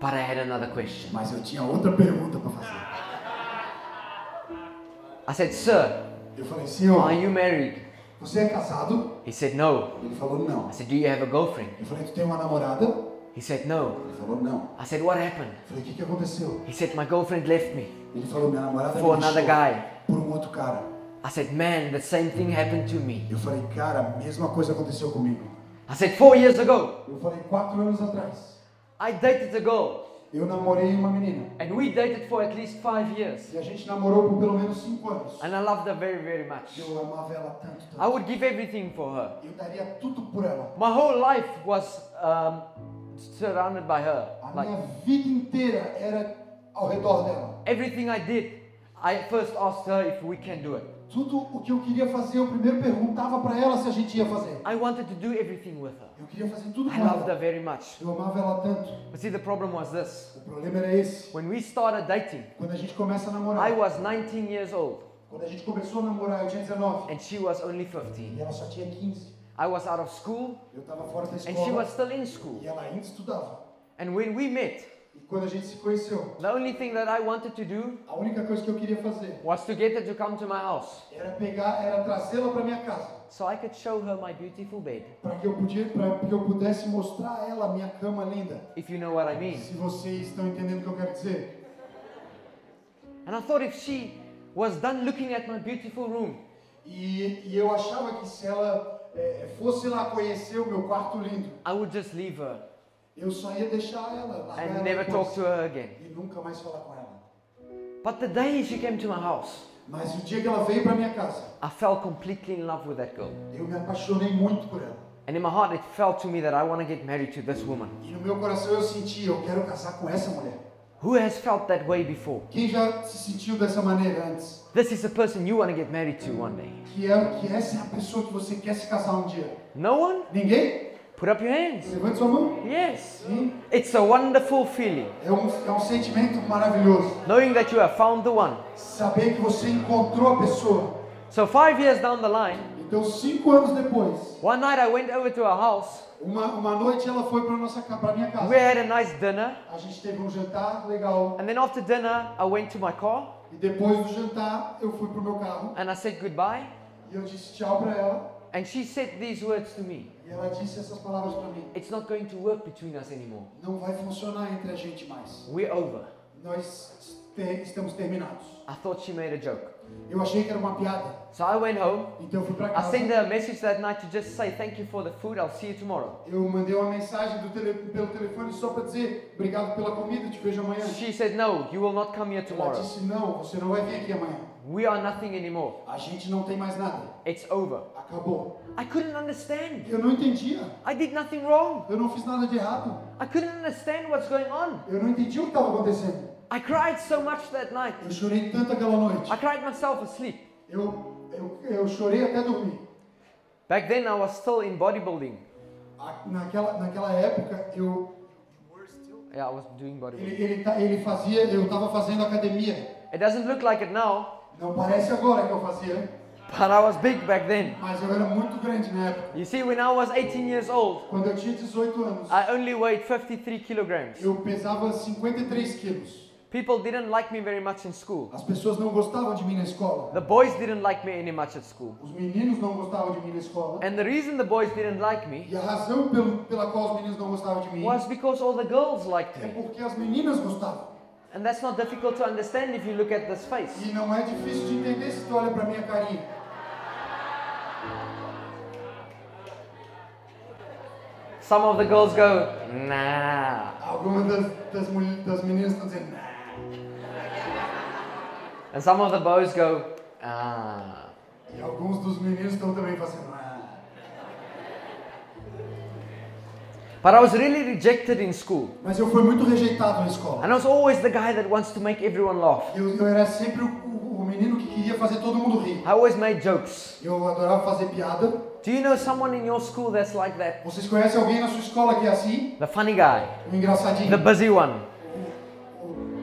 Speaker 1: but I had another question.
Speaker 2: mas eu tinha outra pergunta para fazer.
Speaker 1: I said, sir,
Speaker 2: Eu falei,
Speaker 1: are
Speaker 2: senhor,
Speaker 1: you married?
Speaker 2: você é casado?
Speaker 1: He said, no.
Speaker 2: Ele falou, não.
Speaker 1: I said, do you have a girlfriend?
Speaker 2: Eu falei, tu tem uma namorada?
Speaker 1: He said, no.
Speaker 2: Ele falou, não.
Speaker 1: I said, what happened?
Speaker 2: Eu falei, o que, que aconteceu?
Speaker 1: He said, my girlfriend left me.
Speaker 2: Ele falou, minha namorada
Speaker 1: For
Speaker 2: me deixou
Speaker 1: another guy.
Speaker 2: por um outro cara.
Speaker 1: I said, man, the same thing happened to me.
Speaker 2: Eu falei, cara, a mesma coisa aconteceu comigo.
Speaker 1: I said, four years ago,
Speaker 2: Eu falei, quatro anos atrás,
Speaker 1: I dated a girl
Speaker 2: eu namorei uma menina.
Speaker 1: and we dated for at least five years.
Speaker 2: E a gente namorou por pelo menos cinco anos.
Speaker 1: And I loved her very, very much.
Speaker 2: Eu amava ela tanto, tanto.
Speaker 1: I would give everything for her.
Speaker 2: Eu daria tudo por ela.
Speaker 1: My whole life was um, surrounded by her.
Speaker 2: A
Speaker 1: Like
Speaker 2: minha vida inteira era ao redor dela.
Speaker 1: everything I did, I first asked her if we can do it.
Speaker 2: Tudo o que eu queria fazer, eu primeiro perguntava pra ela se a gente ia fazer.
Speaker 1: I wanted to do everything with her.
Speaker 2: Eu queria fazer tudo com
Speaker 1: I loved her
Speaker 2: ela.
Speaker 1: very much.
Speaker 2: Eu amava ela tanto.
Speaker 1: But see, the problem was this.
Speaker 2: O problema era esse.
Speaker 1: When we started dating,
Speaker 2: Quando a gente começa a
Speaker 1: I
Speaker 2: namorar.
Speaker 1: was 19 years old
Speaker 2: Quando a gente começou a namorar, eu tinha 19.
Speaker 1: and she was only
Speaker 2: E
Speaker 1: 15.
Speaker 2: ela só tinha 15.
Speaker 1: I was out of school
Speaker 2: Eu tava fora da
Speaker 1: and she was
Speaker 2: escola.
Speaker 1: still in school.
Speaker 2: E ela ainda estudava.
Speaker 1: And when we met,
Speaker 2: E quando a gente se conheceu,
Speaker 1: the only thing that I wanted to do
Speaker 2: a única coisa que eu queria fazer
Speaker 1: was to get her to come to my house
Speaker 2: era pegar, era trazê-la pra minha casa.
Speaker 1: so I could show her my beautiful bed,
Speaker 2: Pra que eu podia, pra que eu pudesse mostrar a ela a minha cama linda.
Speaker 1: if you know what I mean.
Speaker 2: Se vocês estão entendendo o que eu quero dizer.
Speaker 1: And I thought if she was done looking at my beautiful room,
Speaker 2: E, e eu achava que se ela eh, fosse lá conhecer o meu quarto lindo,
Speaker 1: I would just leave her
Speaker 2: eu só ia deixar ela lá.
Speaker 1: and never talk to her again.
Speaker 2: E nunca mais falar com ela.
Speaker 1: But the day she came to my house,
Speaker 2: Mas o dia que ela veio pra minha casa,
Speaker 1: I fell completely in love with that girl.
Speaker 2: eu me apaixonei muito por ela.
Speaker 1: And in my heart, it felt to me that I want to get married to this woman.
Speaker 2: E no meu coração eu senti, eu quero casar com essa mulher.
Speaker 1: Who has felt that way before?
Speaker 2: Quem já se sentiu dessa maneira antes?
Speaker 1: This is the person you want to get married to one day.
Speaker 2: Que, é, que essa é a pessoa que você quer se casar um dia.
Speaker 1: No one?
Speaker 2: Ninguém?
Speaker 1: Put up your hands.
Speaker 2: Levante sua mão.
Speaker 1: Yes.
Speaker 2: Sim.
Speaker 1: It's a wonderful feeling
Speaker 2: É um, é um sentimento maravilhoso.
Speaker 1: knowing that you have found the one.
Speaker 2: Saber que você encontrou a pessoa.
Speaker 1: So, five years down the line,
Speaker 2: Então, cinco anos depois,
Speaker 1: One night I went over to her house.
Speaker 2: uma, uma noite ela foi para nossa ca- pra minha casa.
Speaker 1: We had a nice dinner.
Speaker 2: A gente teve um jantar legal
Speaker 1: And then after dinner, I went to my car
Speaker 2: e depois do jantar eu fui pro meu carro
Speaker 1: and I said goodbye.
Speaker 2: e eu disse tchau para ela
Speaker 1: And she said these words to me
Speaker 2: e ela disse essas palavras para mim.
Speaker 1: It's not going to work between us anymore.
Speaker 2: Não vai funcionar entre a gente mais.
Speaker 1: We're over.
Speaker 2: Nós te- estamos terminados.
Speaker 1: I thought she made a joke.
Speaker 2: Eu achei que era uma piada,
Speaker 1: So I went home.
Speaker 2: então eu fui para
Speaker 1: I
Speaker 2: casa.
Speaker 1: sent her a message that night to just say thank you for the food. I'll see you tomorrow.
Speaker 2: Eu mandei uma mensagem do tele- pelo telefone só para dizer obrigado pela comida, te vejo amanhã.
Speaker 1: She said, No, you will not come here
Speaker 2: Ela
Speaker 1: tomorrow.
Speaker 2: disse não, você não vai vir aqui amanhã.
Speaker 1: We are nothing anymore.
Speaker 2: A gente não tem mais nada.
Speaker 1: It's over.
Speaker 2: Acabou.
Speaker 1: I couldn't understand.
Speaker 2: Eu não entendia.
Speaker 1: I did nothing wrong.
Speaker 2: Eu não fiz nada de errado.
Speaker 1: I couldn't understand what's going on.
Speaker 2: Eu não entendi o que estava acontecendo.
Speaker 1: I cried so much that night.
Speaker 2: Eu chorei tanto aquela noite.
Speaker 1: I cried myself asleep.
Speaker 2: Eu, eu, eu chorei até dormir.
Speaker 1: Back then, I was still in bodybuilding.
Speaker 2: A- Naquela, naquela época, eu,
Speaker 1: Yeah, I was doing bodybuilding.
Speaker 2: ele, ele, tá- ele fazia, eu estava fazendo academia.
Speaker 1: It doesn't look like it now,
Speaker 2: Não parece agora que eu fazia,
Speaker 1: but I was big back then.
Speaker 2: mas eu era muito grande na época.
Speaker 1: You see, when I was 18 years old,
Speaker 2: Quando eu tinha 18 anos,
Speaker 1: I only weighed 53 kilograms.
Speaker 2: eu pesava 53 quilos.
Speaker 1: People didn't like me very much in school.
Speaker 2: As pessoas não gostavam de mim na escola.
Speaker 1: The boys didn't like me any much at school.
Speaker 2: Os meninos não gostavam de mim na escola.
Speaker 1: And the reason the boys didn't like me
Speaker 2: E a razão pelo, pela qual os meninos não gostavam de mim
Speaker 1: was because all the girls liked
Speaker 2: é
Speaker 1: me.
Speaker 2: porque as meninas gostavam.
Speaker 1: And that's not difficult to understand if you look at this face.
Speaker 2: E não é difícil de entender se tu olha pra minha carinha.
Speaker 1: Some of the girls go, nah.
Speaker 2: Algumas das, das, mul- das meninas estão dizendo, "Nah."
Speaker 1: And some of the boys go, ah.
Speaker 2: e alguns dos meninos estão também fazendo, "Nah."
Speaker 1: But I was really rejected in school.
Speaker 2: mas eu fui muito rejeitado na escola.
Speaker 1: And I was always the guy that wants to make everyone laugh.
Speaker 2: Eu, eu era sempre o, o, o menino que queria fazer todo mundo rir.
Speaker 1: I always made jokes.
Speaker 2: Eu adorava fazer piada.
Speaker 1: Do you know someone in your school that's like that?
Speaker 2: Vocês conhecem alguém na sua escola que é assim?
Speaker 1: The funny guy,
Speaker 2: O engraçadinho,
Speaker 1: the busy one,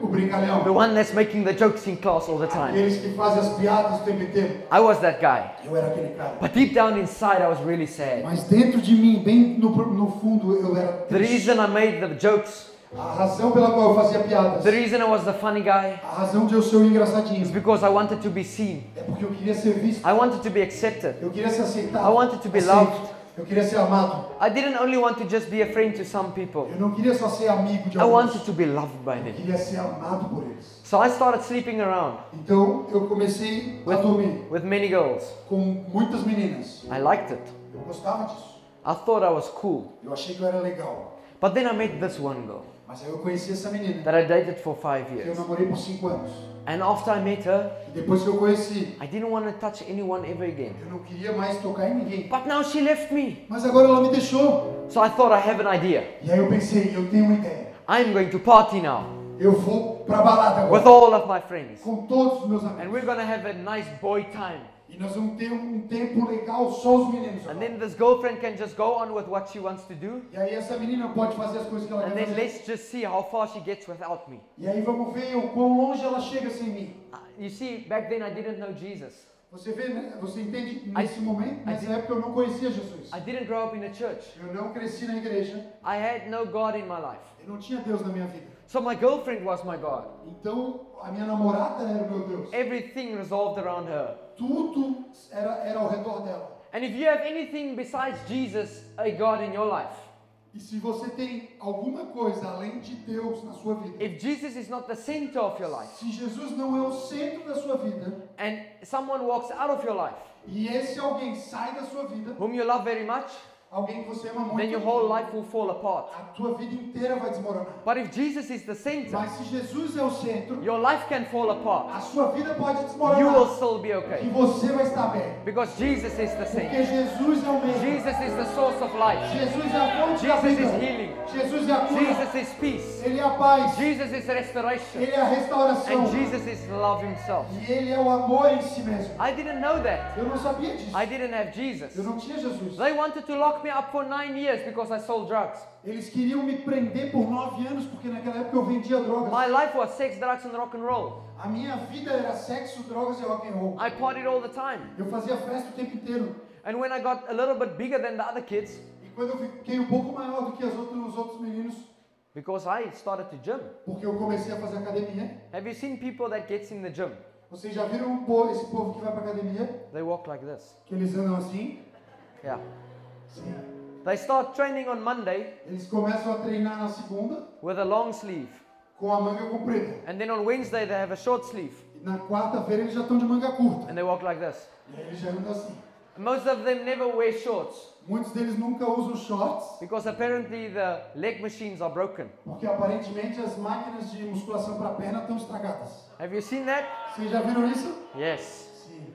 Speaker 2: o brincalhão.
Speaker 1: the one that's making the jokes in class all the time.
Speaker 2: Aqueles que fazem as piadas o tempo inteiro.
Speaker 1: I was that guy.
Speaker 2: Eu era aquele cara.
Speaker 1: But deep down inside, I was really sad.
Speaker 2: Mas dentro de mim, bem no, pro- no fundo, eu era
Speaker 1: The
Speaker 2: triste.
Speaker 1: reason I made the jokes,
Speaker 2: A razão pela qual eu fazia piadas,
Speaker 1: the reason I was the funny guy,
Speaker 2: a razão de eu ser o
Speaker 1: is
Speaker 2: engraçadinho,
Speaker 1: because I wanted to be seen.
Speaker 2: é porque eu queria ser visto,
Speaker 1: I wanted to be accepted.
Speaker 2: eu queria ser aceitado,
Speaker 1: I wanted to be
Speaker 2: aceito,
Speaker 1: loved.
Speaker 2: eu queria ser amado,
Speaker 1: I didn't only want to just be a friend to some people,
Speaker 2: eu não queria só ser amigo de
Speaker 1: I
Speaker 2: alguns,
Speaker 1: wanted to be loved by
Speaker 2: eu
Speaker 1: them.
Speaker 2: queria ser amado por eles.
Speaker 1: So I started sleeping around
Speaker 2: Então eu comecei a dormir
Speaker 1: with many girls.
Speaker 2: com muitas meninas,
Speaker 1: I liked it.
Speaker 2: eu gostava disso,
Speaker 1: I thought I was cool.
Speaker 2: eu achei que eu era legal,
Speaker 1: But then I met this one girl
Speaker 2: mas aí eu conheci essa menina,
Speaker 1: that I dated for five
Speaker 2: que eu
Speaker 1: years.
Speaker 2: namorei por 5 anos,
Speaker 1: And after I met her,
Speaker 2: e depois que eu conheci,
Speaker 1: I didn't want to touch anyone ever again.
Speaker 2: eu não queria mais tocar em ninguém,
Speaker 1: But now she left me.
Speaker 2: mas agora ela me deixou.
Speaker 1: So I thought I have an idea.
Speaker 2: E aí eu pensei, eu tenho uma ideia.
Speaker 1: I'm going to party now
Speaker 2: Eu vou pra balada
Speaker 1: with
Speaker 2: agora.
Speaker 1: all of my friends.
Speaker 2: Com todos os meus
Speaker 1: And
Speaker 2: amigos.
Speaker 1: we're going to have a nice boy time.
Speaker 2: E nós vamos ter um tempo legal só os meninos.
Speaker 1: And
Speaker 2: agora.
Speaker 1: then this girlfriend can just go on with what she wants to do.
Speaker 2: E aí essa menina pode fazer as coisas que ela
Speaker 1: And
Speaker 2: quer
Speaker 1: then
Speaker 2: fazer.
Speaker 1: let's just see how far she gets without me.
Speaker 2: E aí vamos ver o quão longe ela chega sem mim.
Speaker 1: Uh, You see, back then I didn't know Jesus.
Speaker 2: Você vê, né? você entende? Nesse momento, nessa época eu não conhecia Jesus.
Speaker 1: I didn't grow up in a church.
Speaker 2: Eu não cresci na igreja.
Speaker 1: I had no God in my life.
Speaker 2: Eu não tinha Deus na minha vida.
Speaker 1: So my girlfriend was my God.
Speaker 2: Então a minha namorada era o meu Deus.
Speaker 1: Everything resolved around her.
Speaker 2: Tudo era, era ao redor dela.
Speaker 1: And if you have anything besides Jesus, a God in your life,
Speaker 2: E se você tem alguma coisa além de Deus na sua vida,
Speaker 1: if Jesus is not the center of your life,
Speaker 2: Se Jesus não é o centro da sua vida,
Speaker 1: and someone walks out of your life
Speaker 2: e esse alguém sai da sua vida,
Speaker 1: whom you love very much,
Speaker 2: alguém que você ama muito,
Speaker 1: then your whole life will fall apart.
Speaker 2: a tua vida inteira vai desmoronar.
Speaker 1: But if Jesus is the center,
Speaker 2: Mas se Jesus é o centro,
Speaker 1: your life can fall
Speaker 2: a
Speaker 1: apart.
Speaker 2: sua vida pode
Speaker 1: You will
Speaker 2: desmoronar
Speaker 1: still be
Speaker 2: e
Speaker 1: okay.
Speaker 2: você vai estar bem.
Speaker 1: Because Jesus is the
Speaker 2: Porque
Speaker 1: center.
Speaker 2: Jesus é o mesmo.
Speaker 1: Jesus is the source of life.
Speaker 2: Jesus é a fonte da
Speaker 1: Jesus
Speaker 2: vida.
Speaker 1: is healing.
Speaker 2: Jesus é a cura.
Speaker 1: Jesus is peace.
Speaker 2: Ele é a paz.
Speaker 1: Jesus is restoration.
Speaker 2: Ele é a restauração.
Speaker 1: And Jesus is love himself.
Speaker 2: E ele é o amor em si mesmo.
Speaker 1: I didn't know that.
Speaker 2: Eu não sabia disso.
Speaker 1: I didn't have Jesus.
Speaker 2: Eu não tinha Jesus.
Speaker 1: They wanted to lock me up for nine years because I sold drugs.
Speaker 2: Eles queriam me prender por nove anos porque naquela época eu vendia drogas.
Speaker 1: My life was sex, drugs, and rock and roll.
Speaker 2: A minha vida era sexo, drogas e rock and roll.
Speaker 1: I partied all the time.
Speaker 2: Eu fazia festa o tempo inteiro.
Speaker 1: And when I got a little bit bigger than the other kids,
Speaker 2: E quando eu fiquei um pouco maior do que as outras, os outros meninos,
Speaker 1: because I started to gym.
Speaker 2: porque eu comecei a fazer academia,
Speaker 1: Have you seen people that gets in the gym?
Speaker 2: vocês já viram o po- esse povo que vai pra academia,
Speaker 1: They walk like this.
Speaker 2: que eles andam assim?
Speaker 1: Yeah.
Speaker 2: Sim.
Speaker 1: They start training on Monday
Speaker 2: Eles começam a treinar na segunda
Speaker 1: with a long sleeve.
Speaker 2: com a manga comprida.
Speaker 1: And then on Wednesday they have a short sleeve
Speaker 2: E na quarta-feira eles já estão de manga curta.
Speaker 1: and they walk like this.
Speaker 2: E aí eles já andam assim.
Speaker 1: Most of them never wear shorts
Speaker 2: Muitos deles nunca usam shorts,
Speaker 1: because apparently the leg machines are broken.
Speaker 2: porque aparentemente as máquinas de musculação para perna estão estragadas.
Speaker 1: Have you seen that?
Speaker 2: Vocês já viram isso?
Speaker 1: Yes.
Speaker 2: Sim.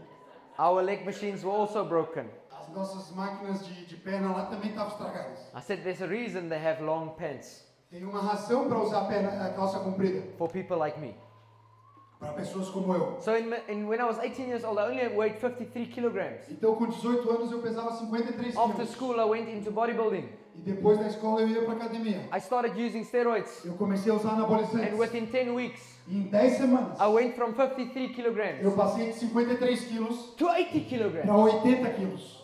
Speaker 1: Our leg machines were also broken.
Speaker 2: As nossas máquinas de, de perna lá também estavam estragadas.
Speaker 1: I said there's a reason they have long pants
Speaker 2: Tem uma razão para usar a, perna, a calça comprida,
Speaker 1: for people like me.
Speaker 2: para pessoas como eu.
Speaker 1: So in, in, when I was 18 years old, I only weighed 53 kilograms.
Speaker 2: Então, com 18 anos, eu pesava 53
Speaker 1: After
Speaker 2: quilos.
Speaker 1: school, I went into bodybuilding.
Speaker 2: E depois da escola, eu ia para academia.
Speaker 1: I started using steroids.
Speaker 2: Eu comecei a usar
Speaker 1: And
Speaker 2: anabolizantes.
Speaker 1: within 10 weeks,
Speaker 2: E em 10 semanas,
Speaker 1: I went from 53 kilograms
Speaker 2: eu passei de 53 quilos
Speaker 1: to 80
Speaker 2: para
Speaker 1: kilograms.
Speaker 2: 80 quilos.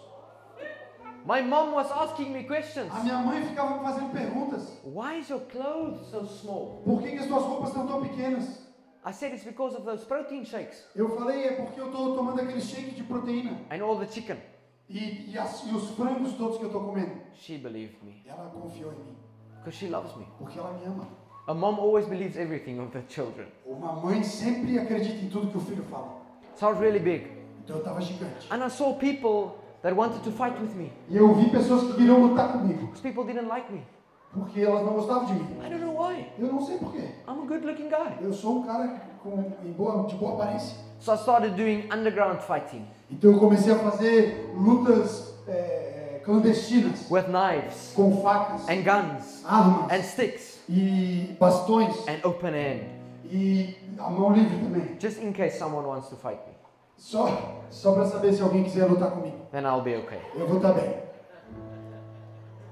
Speaker 1: My mom was asking me questions.
Speaker 2: A minha mãe ficava me fazendo perguntas.
Speaker 1: Why is your clothes so small?
Speaker 2: Por que, que as tuas roupas estão tão pequenas?
Speaker 1: I said it's because of those protein shakes
Speaker 2: Eu falei, é porque eu tô tomando aquele shake de proteína.
Speaker 1: and all the chicken.
Speaker 2: E, e, as- e os frangos todos que eu tô comendo.
Speaker 1: She believed me
Speaker 2: Ela confiou em mim,
Speaker 1: because she loves me.
Speaker 2: porque ela me ama.
Speaker 1: A mom always believes everything of the children.
Speaker 2: Uma mãe sempre acredita em tudo que o filho fala.
Speaker 1: So I was really big.
Speaker 2: Então eu tava gigante.
Speaker 1: And I saw people that wanted to fight with me
Speaker 2: E eu vi pessoas que queriam lutar comigo,
Speaker 1: because people didn't like me.
Speaker 2: porque elas não gostavam de mim.
Speaker 1: I don't know why.
Speaker 2: Eu não sei porquê.
Speaker 1: I'm a good looking guy.
Speaker 2: Eu sou um cara com, em boa, de boa aparência.
Speaker 1: So I started doing underground fighting
Speaker 2: Então eu comecei a fazer lutas é, clandestinas,
Speaker 1: with knives
Speaker 2: com facas,
Speaker 1: and guns
Speaker 2: armas
Speaker 1: and sticks
Speaker 2: e bastões
Speaker 1: and open hand
Speaker 2: e a mão livre também.
Speaker 1: just in case someone wants to fight me.
Speaker 2: Só, só para saber se alguém quiser lutar comigo.
Speaker 1: Then I'll be okay.
Speaker 2: Eu vou estar bem.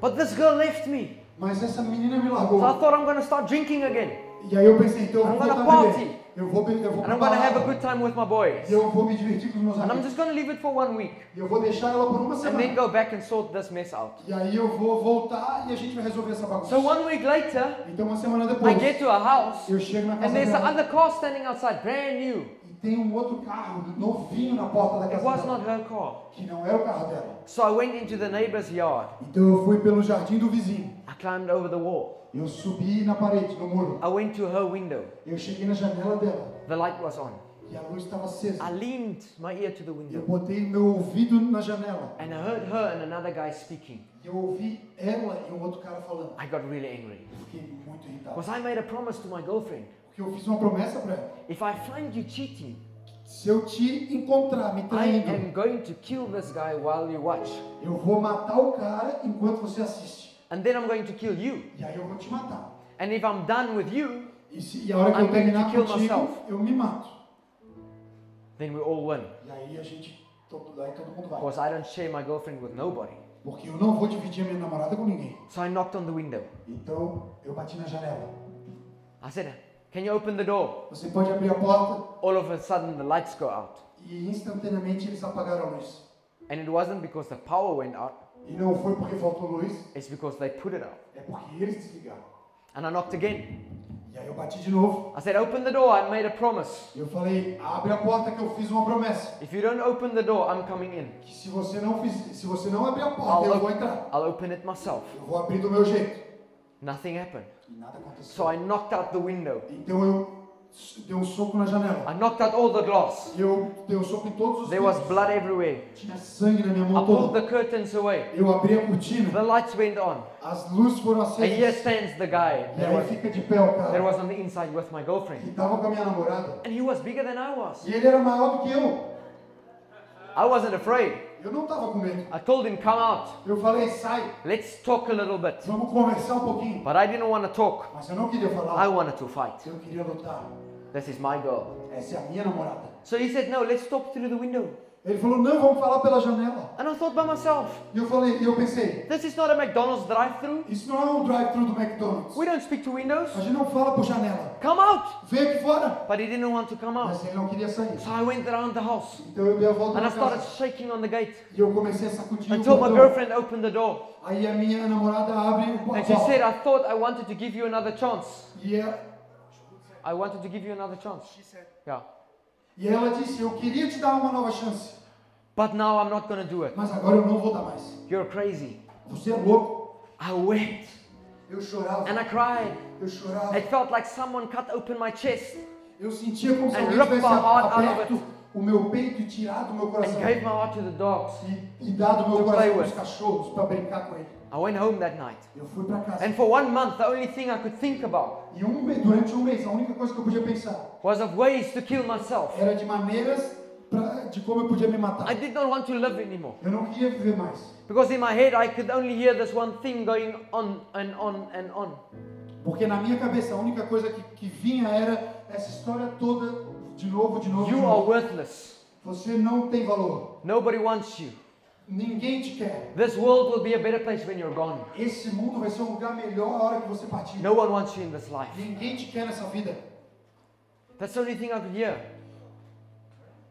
Speaker 1: But this girl left me.
Speaker 2: Mas essa menina me
Speaker 1: So
Speaker 2: largou.
Speaker 1: I thought I'm going to start drinking again
Speaker 2: E aí eu pensei, então eu vou
Speaker 1: I'm gonna
Speaker 2: voltar a
Speaker 1: party.
Speaker 2: beber. Eu vou beber, eu vou
Speaker 1: and
Speaker 2: pra
Speaker 1: I'm going to have a
Speaker 2: balada.
Speaker 1: good time with my
Speaker 2: E
Speaker 1: boys.
Speaker 2: eu vou me divertir com os meus
Speaker 1: And I'm
Speaker 2: amigos.
Speaker 1: just going to leave it for one week
Speaker 2: E eu vou deixar ela por uma
Speaker 1: and then
Speaker 2: semana.
Speaker 1: go back and sort this mess out.
Speaker 2: E aí eu vou voltar e a gente vai resolver essa bagunça.
Speaker 1: So one week later,
Speaker 2: Então uma semana
Speaker 1: I
Speaker 2: depois,
Speaker 1: get É to a house
Speaker 2: eu chego na casa
Speaker 1: and there's
Speaker 2: dela
Speaker 1: another car standing outside, brand new.
Speaker 2: e tem um outro carro novinho na porta da
Speaker 1: It
Speaker 2: casa
Speaker 1: was
Speaker 2: dela,
Speaker 1: not her car.
Speaker 2: que não era o carro dela.
Speaker 1: So I went into the neighbor's yard.
Speaker 2: Então eu fui pelo jardim do vizinho.
Speaker 1: I climbed over the wall.
Speaker 2: Eu subi na parede, no muro.
Speaker 1: I went to her window.
Speaker 2: Eu cheguei na janela dela
Speaker 1: The light was on.
Speaker 2: e a luz estava acesa.
Speaker 1: I leaned my ear to the
Speaker 2: Eu
Speaker 1: window
Speaker 2: botei meu ouvido na janela
Speaker 1: and I heard her and another guy speaking.
Speaker 2: e eu ouvi ela e um outro cara falando.
Speaker 1: I got really angry
Speaker 2: Eu fiquei muito irritado.
Speaker 1: because I made a promise to my girlfriend.
Speaker 2: Porque eu fiz uma promessa pra ela.
Speaker 1: If I find you cheating,
Speaker 2: Se eu te encontrar me
Speaker 1: I
Speaker 2: traindo,
Speaker 1: am going to kill this guy while you watch.
Speaker 2: eu vou matar o cara enquanto você assiste.
Speaker 1: And then I'm going to kill you.
Speaker 2: E aí eu vou te matar.
Speaker 1: And if I'm done with you,
Speaker 2: E, se, e a hora que
Speaker 1: I'm going
Speaker 2: eu
Speaker 1: to
Speaker 2: terminar
Speaker 1: kill
Speaker 2: contigo,
Speaker 1: myself.
Speaker 2: eu me mato.
Speaker 1: then we all win.
Speaker 2: E aí a gente, todo, aí todo mundo vai.
Speaker 1: Because I don't share my girlfriend with nobody.
Speaker 2: Porque eu não vou dividir a minha namorada com ninguém.
Speaker 1: So I knocked on the window.
Speaker 2: Então eu bati na janela.
Speaker 1: I said, Can you open the door?
Speaker 2: Você pode abrir a porta
Speaker 1: All of a sudden, the lights go out.
Speaker 2: e instantaneamente eles apagaram a luz.
Speaker 1: And it wasn't because the power went out,
Speaker 2: E não foi porque faltou luz,
Speaker 1: it's because they put it out.
Speaker 2: é porque eles desligaram.
Speaker 1: And I knocked again.
Speaker 2: E aí eu bati de novo.
Speaker 1: I said, Open the door, I made a promise.
Speaker 2: Eu falei, abre a porta que eu fiz uma promessa.
Speaker 1: If you don't open the door, I'm coming in.
Speaker 2: Que se você não fiz, se você não abrir a porta,
Speaker 1: I'll,
Speaker 2: eu vou
Speaker 1: op-
Speaker 2: entrar.
Speaker 1: I'll open it myself.
Speaker 2: Eu vou abrir do meu jeito.
Speaker 1: Nothing happened.
Speaker 2: E nada
Speaker 1: So
Speaker 2: aconteceu.
Speaker 1: I knocked out the window.
Speaker 2: Então eu s- dei um soco na janela.
Speaker 1: I knocked out all the glass.
Speaker 2: E eu dei um soco em todos os
Speaker 1: There was
Speaker 2: vidros.
Speaker 1: blood everywhere.
Speaker 2: Tinha sangue na minha
Speaker 1: I
Speaker 2: mão
Speaker 1: pulled
Speaker 2: toda.
Speaker 1: the curtains away.
Speaker 2: Eu abri a cortina.
Speaker 1: The lights went on.
Speaker 2: As luzes foram
Speaker 1: And here
Speaker 2: acesas.
Speaker 1: stands the guy
Speaker 2: E
Speaker 1: that
Speaker 2: aí
Speaker 1: was,
Speaker 2: fica de pé o
Speaker 1: that
Speaker 2: cara.
Speaker 1: was on the inside with my
Speaker 2: Que
Speaker 1: girlfriend.
Speaker 2: tava com a minha namorada.
Speaker 1: And he was bigger than I was.
Speaker 2: E ele era maior do que eu.
Speaker 1: I wasn't afraid.
Speaker 2: Eu não tava com medo.
Speaker 1: I told him, Come out.
Speaker 2: Eu falei, sai.
Speaker 1: Let's talk a little bit.
Speaker 2: Vamos conversar um pouquinho.
Speaker 1: But I didn't want to talk.
Speaker 2: Mas eu não queria
Speaker 1: I
Speaker 2: falar.
Speaker 1: wanted to fight.
Speaker 2: Eu queria lutar.
Speaker 1: This is my girl.
Speaker 2: Essa é a minha namorada.
Speaker 1: So he said, No, let's talk through the window.
Speaker 2: Ele falou, não, vamos falar pela janela.
Speaker 1: And I thought by myself,
Speaker 2: E eu falei, e eu pensei,
Speaker 1: this is not a McDonald's drive through.
Speaker 2: isso não é um drive-thru do McDonald's.
Speaker 1: We don't speak to windows.
Speaker 2: A gente não fala por janela.
Speaker 1: Come out!
Speaker 2: Vem aqui fora.
Speaker 1: But he didn't want to come out.
Speaker 2: Mas ele não queria sair.
Speaker 1: So I went around the house
Speaker 2: Então eu dei a volta
Speaker 1: and I
Speaker 2: na
Speaker 1: started
Speaker 2: casa.
Speaker 1: shaking on the gate
Speaker 2: E eu comecei a sacudir o
Speaker 1: until my
Speaker 2: portão.
Speaker 1: girlfriend opened the door.
Speaker 2: Aí a minha namorada abre o
Speaker 1: And she
Speaker 2: portão.
Speaker 1: said, I thought I wanted to give you another chance.
Speaker 2: E ela,
Speaker 1: I wanted to give you another chance. She said, Yeah.
Speaker 2: e ela disse, eu queria te dar uma nova chance.
Speaker 1: But now I'm not going to do it.
Speaker 2: Mas agora eu não vou dar mais.
Speaker 1: You're crazy.
Speaker 2: Você é louco.
Speaker 1: I went
Speaker 2: Eu chorava.
Speaker 1: and I cried.
Speaker 2: Eu chorava.
Speaker 1: It felt like someone cut open my chest
Speaker 2: Eu sentia como se
Speaker 1: And
Speaker 2: alguém
Speaker 1: ripped
Speaker 2: tivesse
Speaker 1: my heart out of
Speaker 2: aberto o meu peito e tirado o meu
Speaker 1: and
Speaker 2: coração.
Speaker 1: gave my heart to the dogs.
Speaker 2: E, e dado o meu
Speaker 1: To
Speaker 2: coração
Speaker 1: play
Speaker 2: para os
Speaker 1: with.
Speaker 2: cachorros para brincar com ele.
Speaker 1: I went home that night.
Speaker 2: Eu fui para casa.
Speaker 1: And for one month, the only thing I could think about
Speaker 2: E um, me- durante um mês, a única coisa que eu podia pensar
Speaker 1: was of ways to kill myself.
Speaker 2: era de maneiras pra, de como eu podia me matar.
Speaker 1: I did not want to live anymore.
Speaker 2: Eu não queria viver mais.
Speaker 1: Because in my head, I could only hear this one thing going on and on and on.
Speaker 2: Porque na minha cabeça a única coisa que, que vinha era essa história toda de novo, de novo, de
Speaker 1: You are
Speaker 2: novo.
Speaker 1: worthless.
Speaker 2: Você não tem valor.
Speaker 1: Nobody wants you.
Speaker 2: Ninguém te quer.
Speaker 1: This world will be a better place when you're gone.
Speaker 2: Esse mundo vai ser um lugar melhor a hora que você partir.
Speaker 1: No one wants you in this life.
Speaker 2: Ninguém te quer nessa vida.
Speaker 1: That's the only thing I could hear.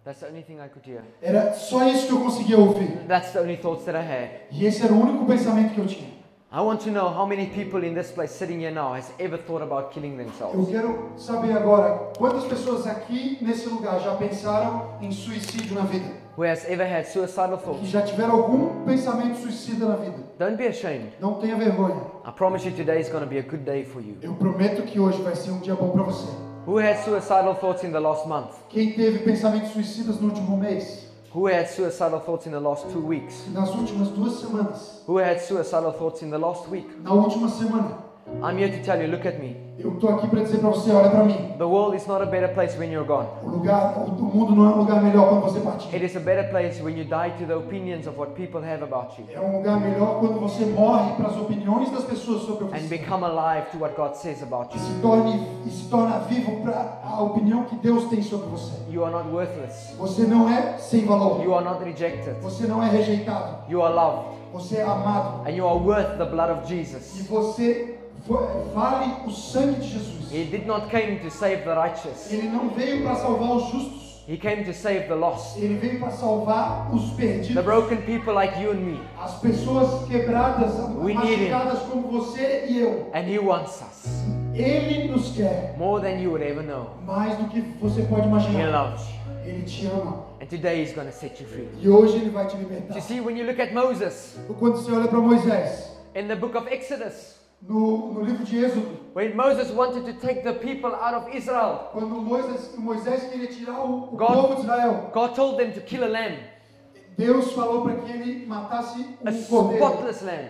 Speaker 1: That's the only thing I could hear.
Speaker 2: Era só isso que eu conseguia ouvir.
Speaker 1: That's the only thoughts that I had.
Speaker 2: E esse era o único pensamento que eu tinha.
Speaker 1: I want to know how many people in this place sitting here now has ever thought about killing
Speaker 2: Eu
Speaker 1: themselves.
Speaker 2: quero saber agora quantas pessoas aqui nesse lugar já pensaram em suicídio na vida?
Speaker 1: Who has ever had suicidal
Speaker 2: Que
Speaker 1: thoughts.
Speaker 2: já tiveram algum pensamento suicida na vida?
Speaker 1: Don't be ashamed.
Speaker 2: Não tenha vergonha.
Speaker 1: I promise you today is going to be a good day for you.
Speaker 2: Eu prometo que hoje vai ser um dia bom para você.
Speaker 1: Who had suicidal thoughts in the last month?
Speaker 2: Quem teve pensamentos suicidas no último mês,
Speaker 1: Who had suicidal thoughts in the last two weeks?
Speaker 2: nas últimas duas semanas,
Speaker 1: Who had suicidal thoughts in the last week?
Speaker 2: na última semana,
Speaker 1: I'm here to tell you, look at me.
Speaker 2: eu tô aqui para dizer para você, olha para mim.
Speaker 1: The world is not a better place when you're gone.
Speaker 2: O lugar, o mundo não é um lugar melhor quando você partir.
Speaker 1: It is a better place when you die to the opinions of what people have about you
Speaker 2: É um lugar melhor quando você morre para as opiniões das pessoas sobre
Speaker 1: and
Speaker 2: você.
Speaker 1: become alive to what God says about
Speaker 2: E
Speaker 1: you.
Speaker 2: se, torne, e se torna vivo para a opinião que Deus tem sobre você.
Speaker 1: You are not worthless.
Speaker 2: Você não é sem valor.
Speaker 1: You are not rejected.
Speaker 2: Você não é rejeitado.
Speaker 1: You are loved
Speaker 2: Você é amado.
Speaker 1: and you are worth the blood of
Speaker 2: E
Speaker 1: Jesus.
Speaker 2: você fo- vale o sangue de Jesus.
Speaker 1: He did not came to save the righteous.
Speaker 2: Ele não veio para salvar os justos.
Speaker 1: He came to save the lost.
Speaker 2: Ele veio para salvar os
Speaker 1: The
Speaker 2: perdidos.
Speaker 1: broken people like you and me.
Speaker 2: As pessoas quebradas,
Speaker 1: We need him.
Speaker 2: machucadas como você e eu.
Speaker 1: And he wants us
Speaker 2: Ele nos quer
Speaker 1: more than you would ever know.
Speaker 2: mais do que você pode
Speaker 1: He
Speaker 2: imaginar.
Speaker 1: loves you.
Speaker 2: Ele te ama.
Speaker 1: And today he's going to set you free.
Speaker 2: E hoje ele vai te libertar.
Speaker 1: You see, when you look at Moses
Speaker 2: Quando você olha para Moisés,
Speaker 1: in the book of Exodus,
Speaker 2: no, no livro de Êxodo,
Speaker 1: when Moses wanted to take the people out of Israel,
Speaker 2: quando Moisés, Moisés queria tirar o, o
Speaker 1: God-
Speaker 2: povo de Israel,
Speaker 1: God told them to kill a lamb,
Speaker 2: Deus falou para que ele matasse
Speaker 1: a
Speaker 2: um cordeiro,
Speaker 1: spotless lamb,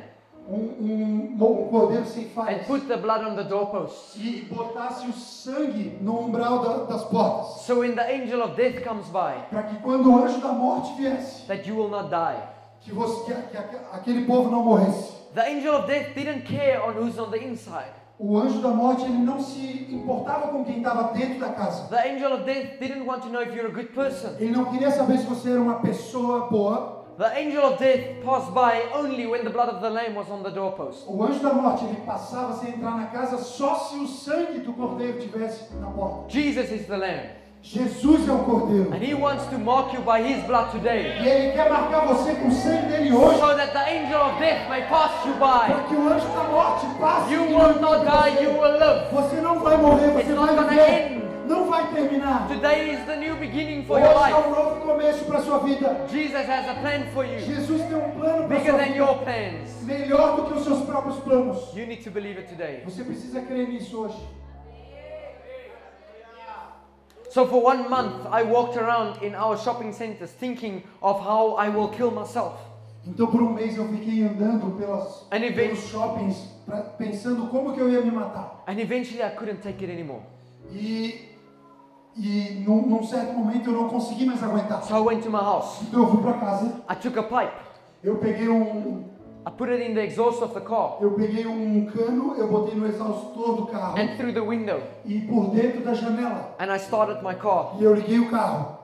Speaker 2: um, um, um cordeiro sem
Speaker 1: and
Speaker 2: falhas,
Speaker 1: put the blood on the doorposts.
Speaker 2: e botasse o sangue no umbral da- das portas,
Speaker 1: So when the angel of death comes by,
Speaker 2: para que quando o anjo da morte viesse,
Speaker 1: that you will not die.
Speaker 2: que, você, que, a- que a- aquele povo não morresse.
Speaker 1: The angel of death didn't care on who's on the inside.
Speaker 2: O anjo da morte ele não se importava com quem estava dentro da casa.
Speaker 1: The angel of death didn't want to know if you're a good person.
Speaker 2: Ele não queria saber se você era uma pessoa boa
Speaker 1: The angel of death passed by only when the blood of the lamb was on the doorpost.
Speaker 2: O anjo da morte ele passava sem entrar na casa só se o sangue do cordeiro tivesse na porta.
Speaker 1: Jesus is the lamb,
Speaker 2: Jesus é o cordeiro.
Speaker 1: and he wants to mark you by his blood
Speaker 2: E
Speaker 1: today,
Speaker 2: ele quer marcar você com o sangue dele hoje
Speaker 1: so that the angel of death may pass you by.
Speaker 2: para que o anjo da morte passe.
Speaker 1: You
Speaker 2: e
Speaker 1: will not
Speaker 2: não
Speaker 1: die, you will live.
Speaker 2: Você não vai morrer,
Speaker 1: It's
Speaker 2: você
Speaker 1: not
Speaker 2: vai
Speaker 1: gonna
Speaker 2: viver.
Speaker 1: end.
Speaker 2: Não vai terminar.
Speaker 1: Today is the new beginning for
Speaker 2: Hoje
Speaker 1: your
Speaker 2: é um
Speaker 1: life.
Speaker 2: novo começo para sua vida.
Speaker 1: Jesus has a plan for you,
Speaker 2: Jesus tem um plano para
Speaker 1: bigger
Speaker 2: sua
Speaker 1: than
Speaker 2: vida.
Speaker 1: your plans.
Speaker 2: Melhor do que os seus próprios planos.
Speaker 1: You need to believe it today.
Speaker 2: Você precisa crer nisso hoje.
Speaker 1: So for one month, I walked around in our shopping centers thinking of how I will kill myself.
Speaker 2: Então por um mês eu fiquei andando pelas,
Speaker 1: And event-
Speaker 2: pelos shoppings pra- pensando como que eu ia me matar.
Speaker 1: And eventually, I couldn't take it anymore.
Speaker 2: E, e num, num certo momento eu não consegui mais aguentar.
Speaker 1: So I went to my house.
Speaker 2: Então eu fui pra casa,
Speaker 1: I took a pipe.
Speaker 2: eu peguei um
Speaker 1: I put it in the exhaust of the car
Speaker 2: eu peguei um cano, eu botei no exaustor do carro
Speaker 1: and through the window.
Speaker 2: e por dentro da janela.
Speaker 1: And I started my car,
Speaker 2: E eu liguei o carro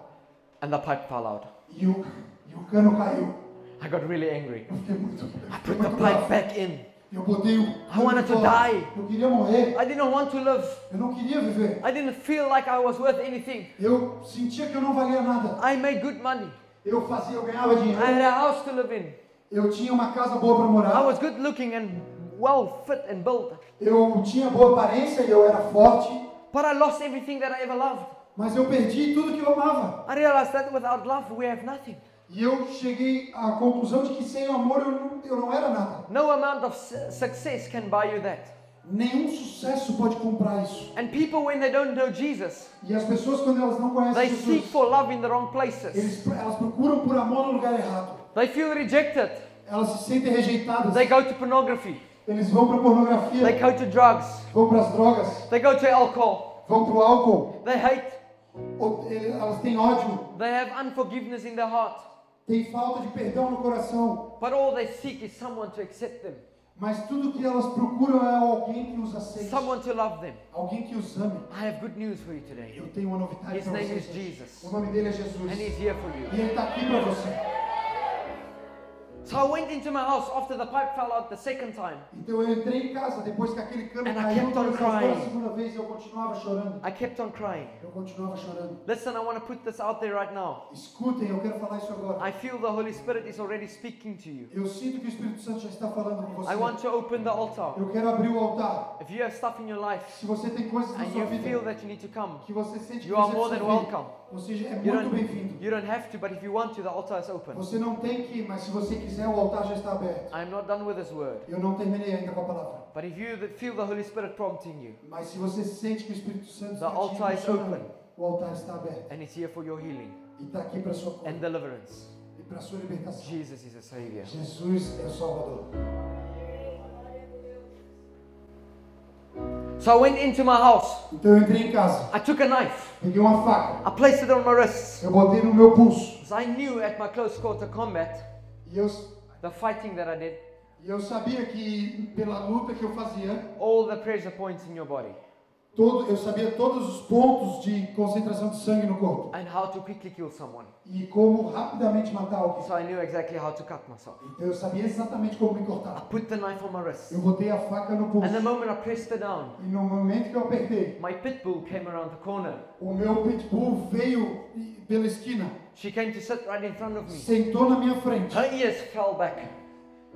Speaker 1: and the pipe fell out.
Speaker 2: E o, e o cano caiu.
Speaker 1: I got really angry.
Speaker 2: Eu fiquei muito. eu
Speaker 1: I
Speaker 2: fiquei
Speaker 1: put the
Speaker 2: muito
Speaker 1: plate
Speaker 2: bravo.
Speaker 1: back in.
Speaker 2: Eu botei o. cano
Speaker 1: wanted to
Speaker 2: fora.
Speaker 1: die.
Speaker 2: Eu queria morrer.
Speaker 1: I didn't want to live.
Speaker 2: Eu não queria viver.
Speaker 1: I didn't feel like I was worth anything.
Speaker 2: Eu sentia que eu não valia nada.
Speaker 1: I made good money.
Speaker 2: Eu fazia, eu ganhava
Speaker 1: I
Speaker 2: dinheiro.
Speaker 1: had a house to live in.
Speaker 2: Eu tinha uma casa boa para
Speaker 1: I
Speaker 2: morar.
Speaker 1: was good looking and well fit and built.
Speaker 2: Eu tinha boa aparência e eu era forte.
Speaker 1: But I lost everything that I ever loved.
Speaker 2: Mas eu perdi tudo que eu amava.
Speaker 1: I realized that without love we have nothing.
Speaker 2: E eu cheguei à conclusão de que sem amor eu não, eu não era nada.
Speaker 1: No amount of su- success can buy you that.
Speaker 2: Nenhum sucesso pode comprar isso.
Speaker 1: And people, when they don't know Jesus,
Speaker 2: E as pessoas, quando elas não
Speaker 1: they
Speaker 2: conhecem
Speaker 1: seek
Speaker 2: Jesus,
Speaker 1: for love in the wrong places.
Speaker 2: eles, elas procuram por amor no lugar errado.
Speaker 1: They feel rejected.
Speaker 2: Elas se sentem rejeitadas.
Speaker 1: They go to pornography.
Speaker 2: Eles vão para pornografia,
Speaker 1: They go to drugs.
Speaker 2: vão para as drogas,
Speaker 1: They go to alcohol.
Speaker 2: vão para o álcool.
Speaker 1: They hate.
Speaker 2: Ou- ele- Elas têm ódio,
Speaker 1: They have unforgiveness in their heart.
Speaker 2: têm falta de perdão no coração.
Speaker 1: But all they seek is someone to accept them,
Speaker 2: Mas tudo que elas procuram é alguém que os aceite,
Speaker 1: someone to love them.
Speaker 2: alguém que os ame.
Speaker 1: I have good news for you today.
Speaker 2: Eu tenho uma novidade
Speaker 1: His
Speaker 2: para
Speaker 1: name
Speaker 2: vocês.
Speaker 1: is Jesus.
Speaker 2: O nome dele é Jesus.
Speaker 1: And he's
Speaker 2: E
Speaker 1: here for you.
Speaker 2: ele está aqui para você.
Speaker 1: So I went into my house after the pipe fell out the second time.
Speaker 2: Então eu entrei em casa depois que aquele cano
Speaker 1: And I
Speaker 2: caiu
Speaker 1: kept on
Speaker 2: pela segunda-
Speaker 1: crying.
Speaker 2: segunda vez eu continuava chorando.
Speaker 1: I kept on crying.
Speaker 2: Eu continuava chorando.
Speaker 1: Listen, I want to put this out there right now.
Speaker 2: Escutem, eu quero falar isso agora.
Speaker 1: I feel the Holy Spirit is already speaking to you.
Speaker 2: Eu sinto que o Espírito Santo já está falando com você.
Speaker 1: I want to open the altar.
Speaker 2: Eu quero abrir o altar.
Speaker 1: If you have stuff in your life
Speaker 2: Se você tem coisas na
Speaker 1: and
Speaker 2: sua
Speaker 1: you feel
Speaker 2: vida
Speaker 1: that you need to come,
Speaker 2: que você sente que
Speaker 1: You are
Speaker 2: você
Speaker 1: more than
Speaker 2: precisa vir,
Speaker 1: welcome.
Speaker 2: você já é
Speaker 1: you
Speaker 2: muito
Speaker 1: don't,
Speaker 2: bem-vindo.
Speaker 1: you don't have to, but if you want to, the altar is open.
Speaker 2: Você não tem que ir, mas se você quiser, o altar já está aberto.
Speaker 1: I'm not done with this word.
Speaker 2: Eu não terminei ainda com a palavra.
Speaker 1: But if you th- feel the Holy Spirit prompting you,
Speaker 2: Mas se você sente que o Espírito Santo
Speaker 1: The
Speaker 2: está te
Speaker 1: altar is
Speaker 2: impulsionando,
Speaker 1: open.
Speaker 2: o altar está aberto
Speaker 1: and it's here for your healing
Speaker 2: e está aqui para sua cura
Speaker 1: and deliverance,
Speaker 2: e para sua libertação.
Speaker 1: Jesus is a Savior.
Speaker 2: Jesus é o Salvador.
Speaker 1: So I went into my house.
Speaker 2: Então eu entrei em casa,
Speaker 1: I took a knife.
Speaker 2: peguei uma faca,
Speaker 1: I placed it on my wrists.
Speaker 2: eu botei no meu pulso
Speaker 1: 'Cause I knew at my close quarter combat,
Speaker 2: e eu,
Speaker 1: the fighting that I did,
Speaker 2: e eu sabia que pela luta que eu fazia,
Speaker 1: all the pressure points in your body
Speaker 2: todo, eu sabia todos os pontos de concentração de sangue no corpo
Speaker 1: and how to quickly kill someone.
Speaker 2: e como rapidamente matar alguém.
Speaker 1: So I knew exactly how to cut myself.
Speaker 2: Então eu sabia exatamente como me
Speaker 1: I
Speaker 2: cortar.
Speaker 1: put the knife on my wrist.
Speaker 2: Eu botei a faca no
Speaker 1: And the
Speaker 2: pulso
Speaker 1: moment I pressed it down,
Speaker 2: e no momento que eu apertei,
Speaker 1: my pit bull came around the corner.
Speaker 2: o meu pitbull veio e- pela esquina,
Speaker 1: She came to sit right in front of me.
Speaker 2: sentou na minha frente
Speaker 1: Her ears fell back.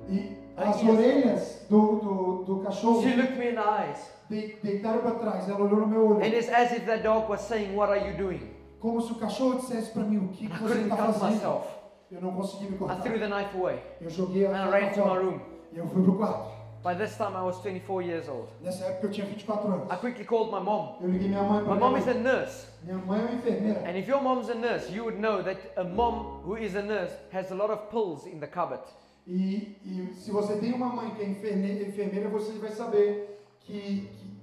Speaker 2: e
Speaker 1: Ai,
Speaker 2: as
Speaker 1: isso.
Speaker 2: orelhas do, do, do cachorro
Speaker 1: She looked me in the eyes.
Speaker 2: de- deitaram para trás. Ela olhou no meu olho.
Speaker 1: And it's as if that dog was saying, What are you doing?
Speaker 2: Como se o cachorro dissesse pra mim o que
Speaker 1: And I
Speaker 2: que você
Speaker 1: couldn't
Speaker 2: tá
Speaker 1: cut
Speaker 2: fazendo.
Speaker 1: myself.
Speaker 2: Eu não consegui me
Speaker 1: I
Speaker 2: cortar.
Speaker 1: threw the knife away.
Speaker 2: Eu joguei
Speaker 1: And I
Speaker 2: a
Speaker 1: ran to my
Speaker 2: faca
Speaker 1: room.
Speaker 2: e eu fui pro quarto.
Speaker 1: By this time, I was 24 years old.
Speaker 2: Nessa época eu tinha 24 anos.
Speaker 1: I quickly called my mom.
Speaker 2: Eu liguei minha mãe
Speaker 1: My
Speaker 2: pra
Speaker 1: mom
Speaker 2: minha
Speaker 1: is a
Speaker 2: mãe.
Speaker 1: nurse.
Speaker 2: Minha mãe é uma enfermeira.
Speaker 1: And if your mom's a nurse, you would know that a mom who is a nurse has a lot of pills in the cupboard.
Speaker 2: E, e se você tem uma mãe que é enferne- enfermeira, você vai saber que, que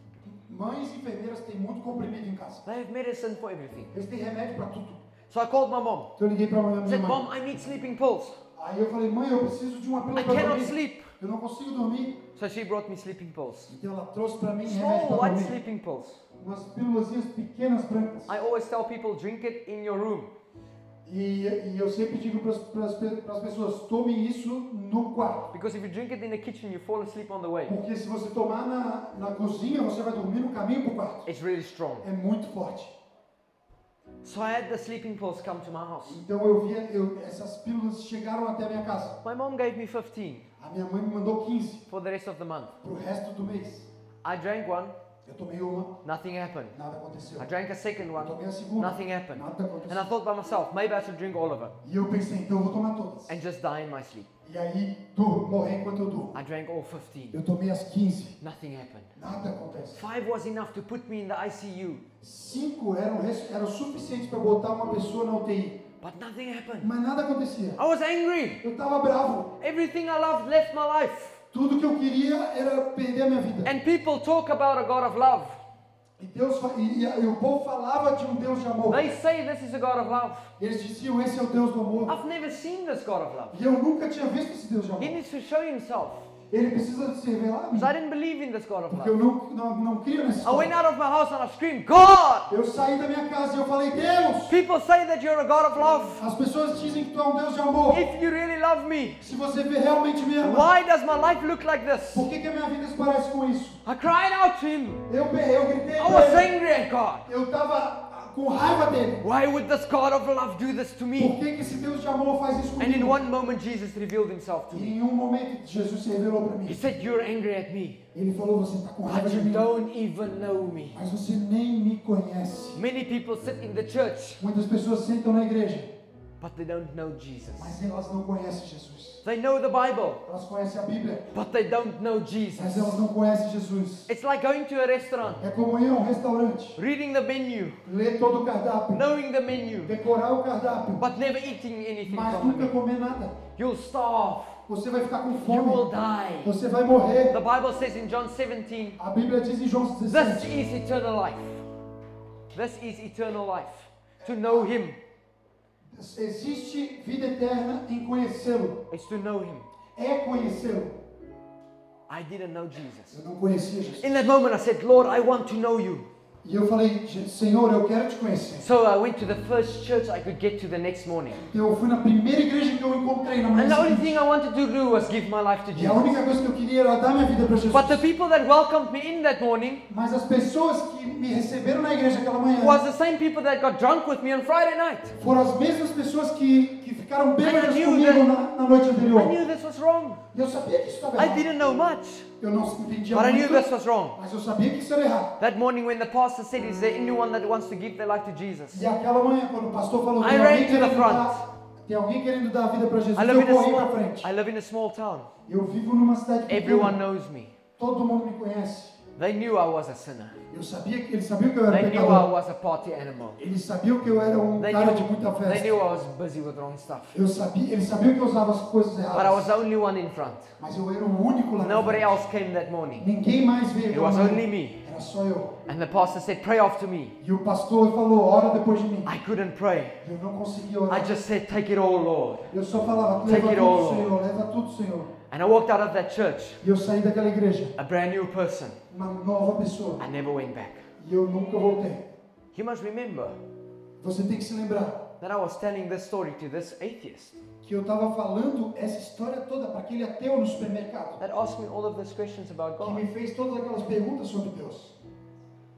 Speaker 2: mães enfermeiras têm muito comprimido em casa.
Speaker 1: They have medicine for everything.
Speaker 2: Eles têm remédio pra tudo.
Speaker 1: So I called my mom.
Speaker 2: Então eu liguei pra minha
Speaker 1: I said, Mom,
Speaker 2: mãe.
Speaker 1: I need sleeping pills.
Speaker 2: Aí eu falei, mãe, eu preciso de uma
Speaker 1: I
Speaker 2: pílula pra
Speaker 1: cannot
Speaker 2: dormir.
Speaker 1: sleep.
Speaker 2: Eu não consigo dormir.
Speaker 1: So she brought me sleeping pills.
Speaker 2: Então ela trouxe pra mim remédio
Speaker 1: Small
Speaker 2: pra
Speaker 1: white
Speaker 2: dormir.
Speaker 1: sleeping pills.
Speaker 2: Umas pílulazinhas pequenas brancas.
Speaker 1: I always tell people drink it in your room.
Speaker 2: E, e eu sempre digo para as pessoas, tome isso no quarto.
Speaker 1: Because if you drink it in the kitchen, you fall asleep on the way.
Speaker 2: Porque se você tomar na, na cozinha, você vai dormir no caminho para o quarto.
Speaker 1: It's really strong.
Speaker 2: É muito forte.
Speaker 1: So I had the sleeping pills come to my house.
Speaker 2: Então eu vi, eu, essas pílulas chegaram até a minha casa.
Speaker 1: My mom gave me 15
Speaker 2: A minha mãe me mandou 15
Speaker 1: for the rest of the month.
Speaker 2: para o resto do mês.
Speaker 1: I drank one,
Speaker 2: Eu tomei uma,
Speaker 1: nothing happened.
Speaker 2: nada aconteceu.
Speaker 1: I drank a second
Speaker 2: Eu
Speaker 1: one,
Speaker 2: tomei a segunda,
Speaker 1: nothing happened.
Speaker 2: nada
Speaker 1: And I
Speaker 2: aconteceu.
Speaker 1: thought by myself, maybe I should drink all of it
Speaker 2: E eu pensei, então eu vou tomar todas.
Speaker 1: and just die in my sleep.
Speaker 2: E aí, durmo, morrer enquanto eu durmo.
Speaker 1: I drank all 15.
Speaker 2: Eu tomei as 15,
Speaker 1: Nothing happened.
Speaker 2: nada acontece.
Speaker 1: Five was enough to put me in the ICU,
Speaker 2: Cinco eram, res- eram suficientes para botar uma pessoa na UTI.
Speaker 1: but nothing happened.
Speaker 2: Mas nada acontecia.
Speaker 1: I was angry.
Speaker 2: Eu tava bravo.
Speaker 1: Everything I loved left my life.
Speaker 2: Tudo que eu queria era perder a minha vida.
Speaker 1: And people talk about a God of love.
Speaker 2: E, Deus, fa- e, e- e o povo falava de um Deus de amor.
Speaker 1: They say this is a God of love.
Speaker 2: Eles diziam: Esse é o Deus do amor.
Speaker 1: I've never seen this God of love.
Speaker 2: E eu nunca tinha visto esse Deus de
Speaker 1: He
Speaker 2: amor.
Speaker 1: needs to show himself.
Speaker 2: Ele precisa se revelar a mim.
Speaker 1: So I didn't believe in this God of
Speaker 2: Porque eu
Speaker 1: love.
Speaker 2: não, não, não crio nesse
Speaker 1: I went
Speaker 2: Deus.
Speaker 1: out of my house and I screamed, God!
Speaker 2: Eu saí da minha casa e eu falei, Deus,
Speaker 1: People say that you're a God of love.
Speaker 2: as pessoas dizem que tu é um Deus de amor.
Speaker 1: If you really love me,
Speaker 2: Se você realmente me ama,
Speaker 1: why does my life look like this?
Speaker 2: por que, que a minha vida se parece com isso?
Speaker 1: I cried out to him.
Speaker 2: Eu, eu gritei
Speaker 1: I was
Speaker 2: pra ele.
Speaker 1: angry at God.
Speaker 2: Eu tava com raiva dele.
Speaker 1: Why would this God of love do this to
Speaker 2: Por
Speaker 1: me?
Speaker 2: que, que esse Deus de amor faz isso
Speaker 1: And in
Speaker 2: comigo?
Speaker 1: one moment, Jesus revealed himself to
Speaker 2: E
Speaker 1: me.
Speaker 2: em um momento Jesus se revelou para
Speaker 1: He
Speaker 2: mim.
Speaker 1: said, You're angry at me,
Speaker 2: Ele falou, você tá com raiva
Speaker 1: but
Speaker 2: de
Speaker 1: you
Speaker 2: mim,
Speaker 1: don't even know me.
Speaker 2: mas você nem me conhece.
Speaker 1: Many people sit in the church,
Speaker 2: Muitas pessoas sentam na igreja,
Speaker 1: but they don't know Jesus.
Speaker 2: mas elas não conhecem Jesus.
Speaker 1: They know the Bible,
Speaker 2: Elas conhecem a Bíblia,
Speaker 1: but they don't know
Speaker 2: mas
Speaker 1: Jesus.
Speaker 2: elas não conhecem Jesus.
Speaker 1: It's like going to a restaurant,
Speaker 2: É como ir a um restaurante,
Speaker 1: reading the menu,
Speaker 2: ler todo o cardápio,
Speaker 1: knowing the menu,
Speaker 2: decorar o cardápio,
Speaker 1: but never eating anything
Speaker 2: mas
Speaker 1: from
Speaker 2: nunca
Speaker 1: it.
Speaker 2: comer nada.
Speaker 1: You'll starve.
Speaker 2: Você vai ficar com
Speaker 1: You
Speaker 2: fome,
Speaker 1: will die.
Speaker 2: você vai morrer.
Speaker 1: The Bible says in John 17,
Speaker 2: A Bíblia diz em João
Speaker 1: This
Speaker 2: 17,
Speaker 1: is eternal life. This is eternal life. To know Him
Speaker 2: existe vida eterna em conhecê-lo.
Speaker 1: is to know Him.
Speaker 2: É conhecê-lo.
Speaker 1: I didn't know Jesus.
Speaker 2: Eu não conhecia Jesus.
Speaker 1: In that moment, I said, Lord, I want to know you.
Speaker 2: E eu falei, Senhor, eu quero te conhecer.
Speaker 1: So I went to the first church I could get to the next morning.
Speaker 2: Eu fui na primeira igreja que eu encontrei na manhã
Speaker 1: And the only
Speaker 2: seguinte.
Speaker 1: thing I wanted to do was give my life to
Speaker 2: E a
Speaker 1: Jesus.
Speaker 2: única coisa que eu queria era dar minha vida para
Speaker 1: But the
Speaker 2: Jesus.
Speaker 1: people that welcomed me in that morning
Speaker 2: Mas as pessoas que me receberam na igreja aquela manhã
Speaker 1: was the same people that got drunk with me on Friday night.
Speaker 2: foram as mesmas pessoas que, que ficaram bêbadas
Speaker 1: And I knew
Speaker 2: comigo
Speaker 1: that-
Speaker 2: na, na noite
Speaker 1: I
Speaker 2: anterior.
Speaker 1: knew this was wrong.
Speaker 2: Eu sabia que isso estava
Speaker 1: I
Speaker 2: errado.
Speaker 1: didn't know much,
Speaker 2: Eu não entendia
Speaker 1: but I knew this
Speaker 2: muito,
Speaker 1: was wrong.
Speaker 2: mas eu sabia que isso era errado.
Speaker 1: That morning, when the pastor said, Is there anyone that wants to give their life to Jesus?
Speaker 2: E aquela manhã, quando o pastor falou,
Speaker 1: I
Speaker 2: tem
Speaker 1: ran
Speaker 2: alguém,
Speaker 1: to the
Speaker 2: querendo
Speaker 1: front.
Speaker 2: dar, tem alguém querendo dar a vida para Jesus,
Speaker 1: I live, in
Speaker 2: eu
Speaker 1: a
Speaker 2: corri para
Speaker 1: small,
Speaker 2: frente.
Speaker 1: I live in a small town.
Speaker 2: Eu vivo numa cidade
Speaker 1: Everyone
Speaker 2: pequena,
Speaker 1: knows me.
Speaker 2: todo mundo me conhece.
Speaker 1: They knew I was a sinner.
Speaker 2: Eu sabia que eles sabiam que eu era
Speaker 1: They knew I
Speaker 2: pecador.
Speaker 1: was a party animal.
Speaker 2: Eles sabiam que eu era um
Speaker 1: They
Speaker 2: cara de muita
Speaker 1: knew, they
Speaker 2: festa.
Speaker 1: knew I was busy with wrong stuff.
Speaker 2: Eu sabia, eles sabiam que eu usava as coisas
Speaker 1: But I was
Speaker 2: erradas.
Speaker 1: the only one in front.
Speaker 2: Mas eu era o único lá. na
Speaker 1: Nobody
Speaker 2: frente.
Speaker 1: else came that morning.
Speaker 2: Ninguém mais veio.
Speaker 1: It
Speaker 2: pra
Speaker 1: was
Speaker 2: mim.
Speaker 1: only me.
Speaker 2: Era só eu.
Speaker 1: And the pastor said, Pray after me.
Speaker 2: E o pastor falou, ora depois de mim.
Speaker 1: I couldn't pray.
Speaker 2: Eu não conseguia
Speaker 1: I
Speaker 2: orar.
Speaker 1: just said, Take it all, Lord.
Speaker 2: Eu só falava,
Speaker 1: Take
Speaker 2: leva
Speaker 1: it
Speaker 2: tudo,
Speaker 1: all.
Speaker 2: Senhor, leva tudo, Senhor.
Speaker 1: And I walked out of that church,
Speaker 2: E eu saí daquela igreja,
Speaker 1: a brand new person.
Speaker 2: uma nova pessoa.
Speaker 1: I never went back.
Speaker 2: E eu nunca voltei.
Speaker 1: You must remember
Speaker 2: Você tem que se lembrar
Speaker 1: that I was telling this story to this atheist
Speaker 2: que eu estava falando essa história toda para aquele ateu no supermercado.
Speaker 1: that asked me all of these questions about
Speaker 2: Que
Speaker 1: God.
Speaker 2: me fez todas aquelas perguntas sobre Deus.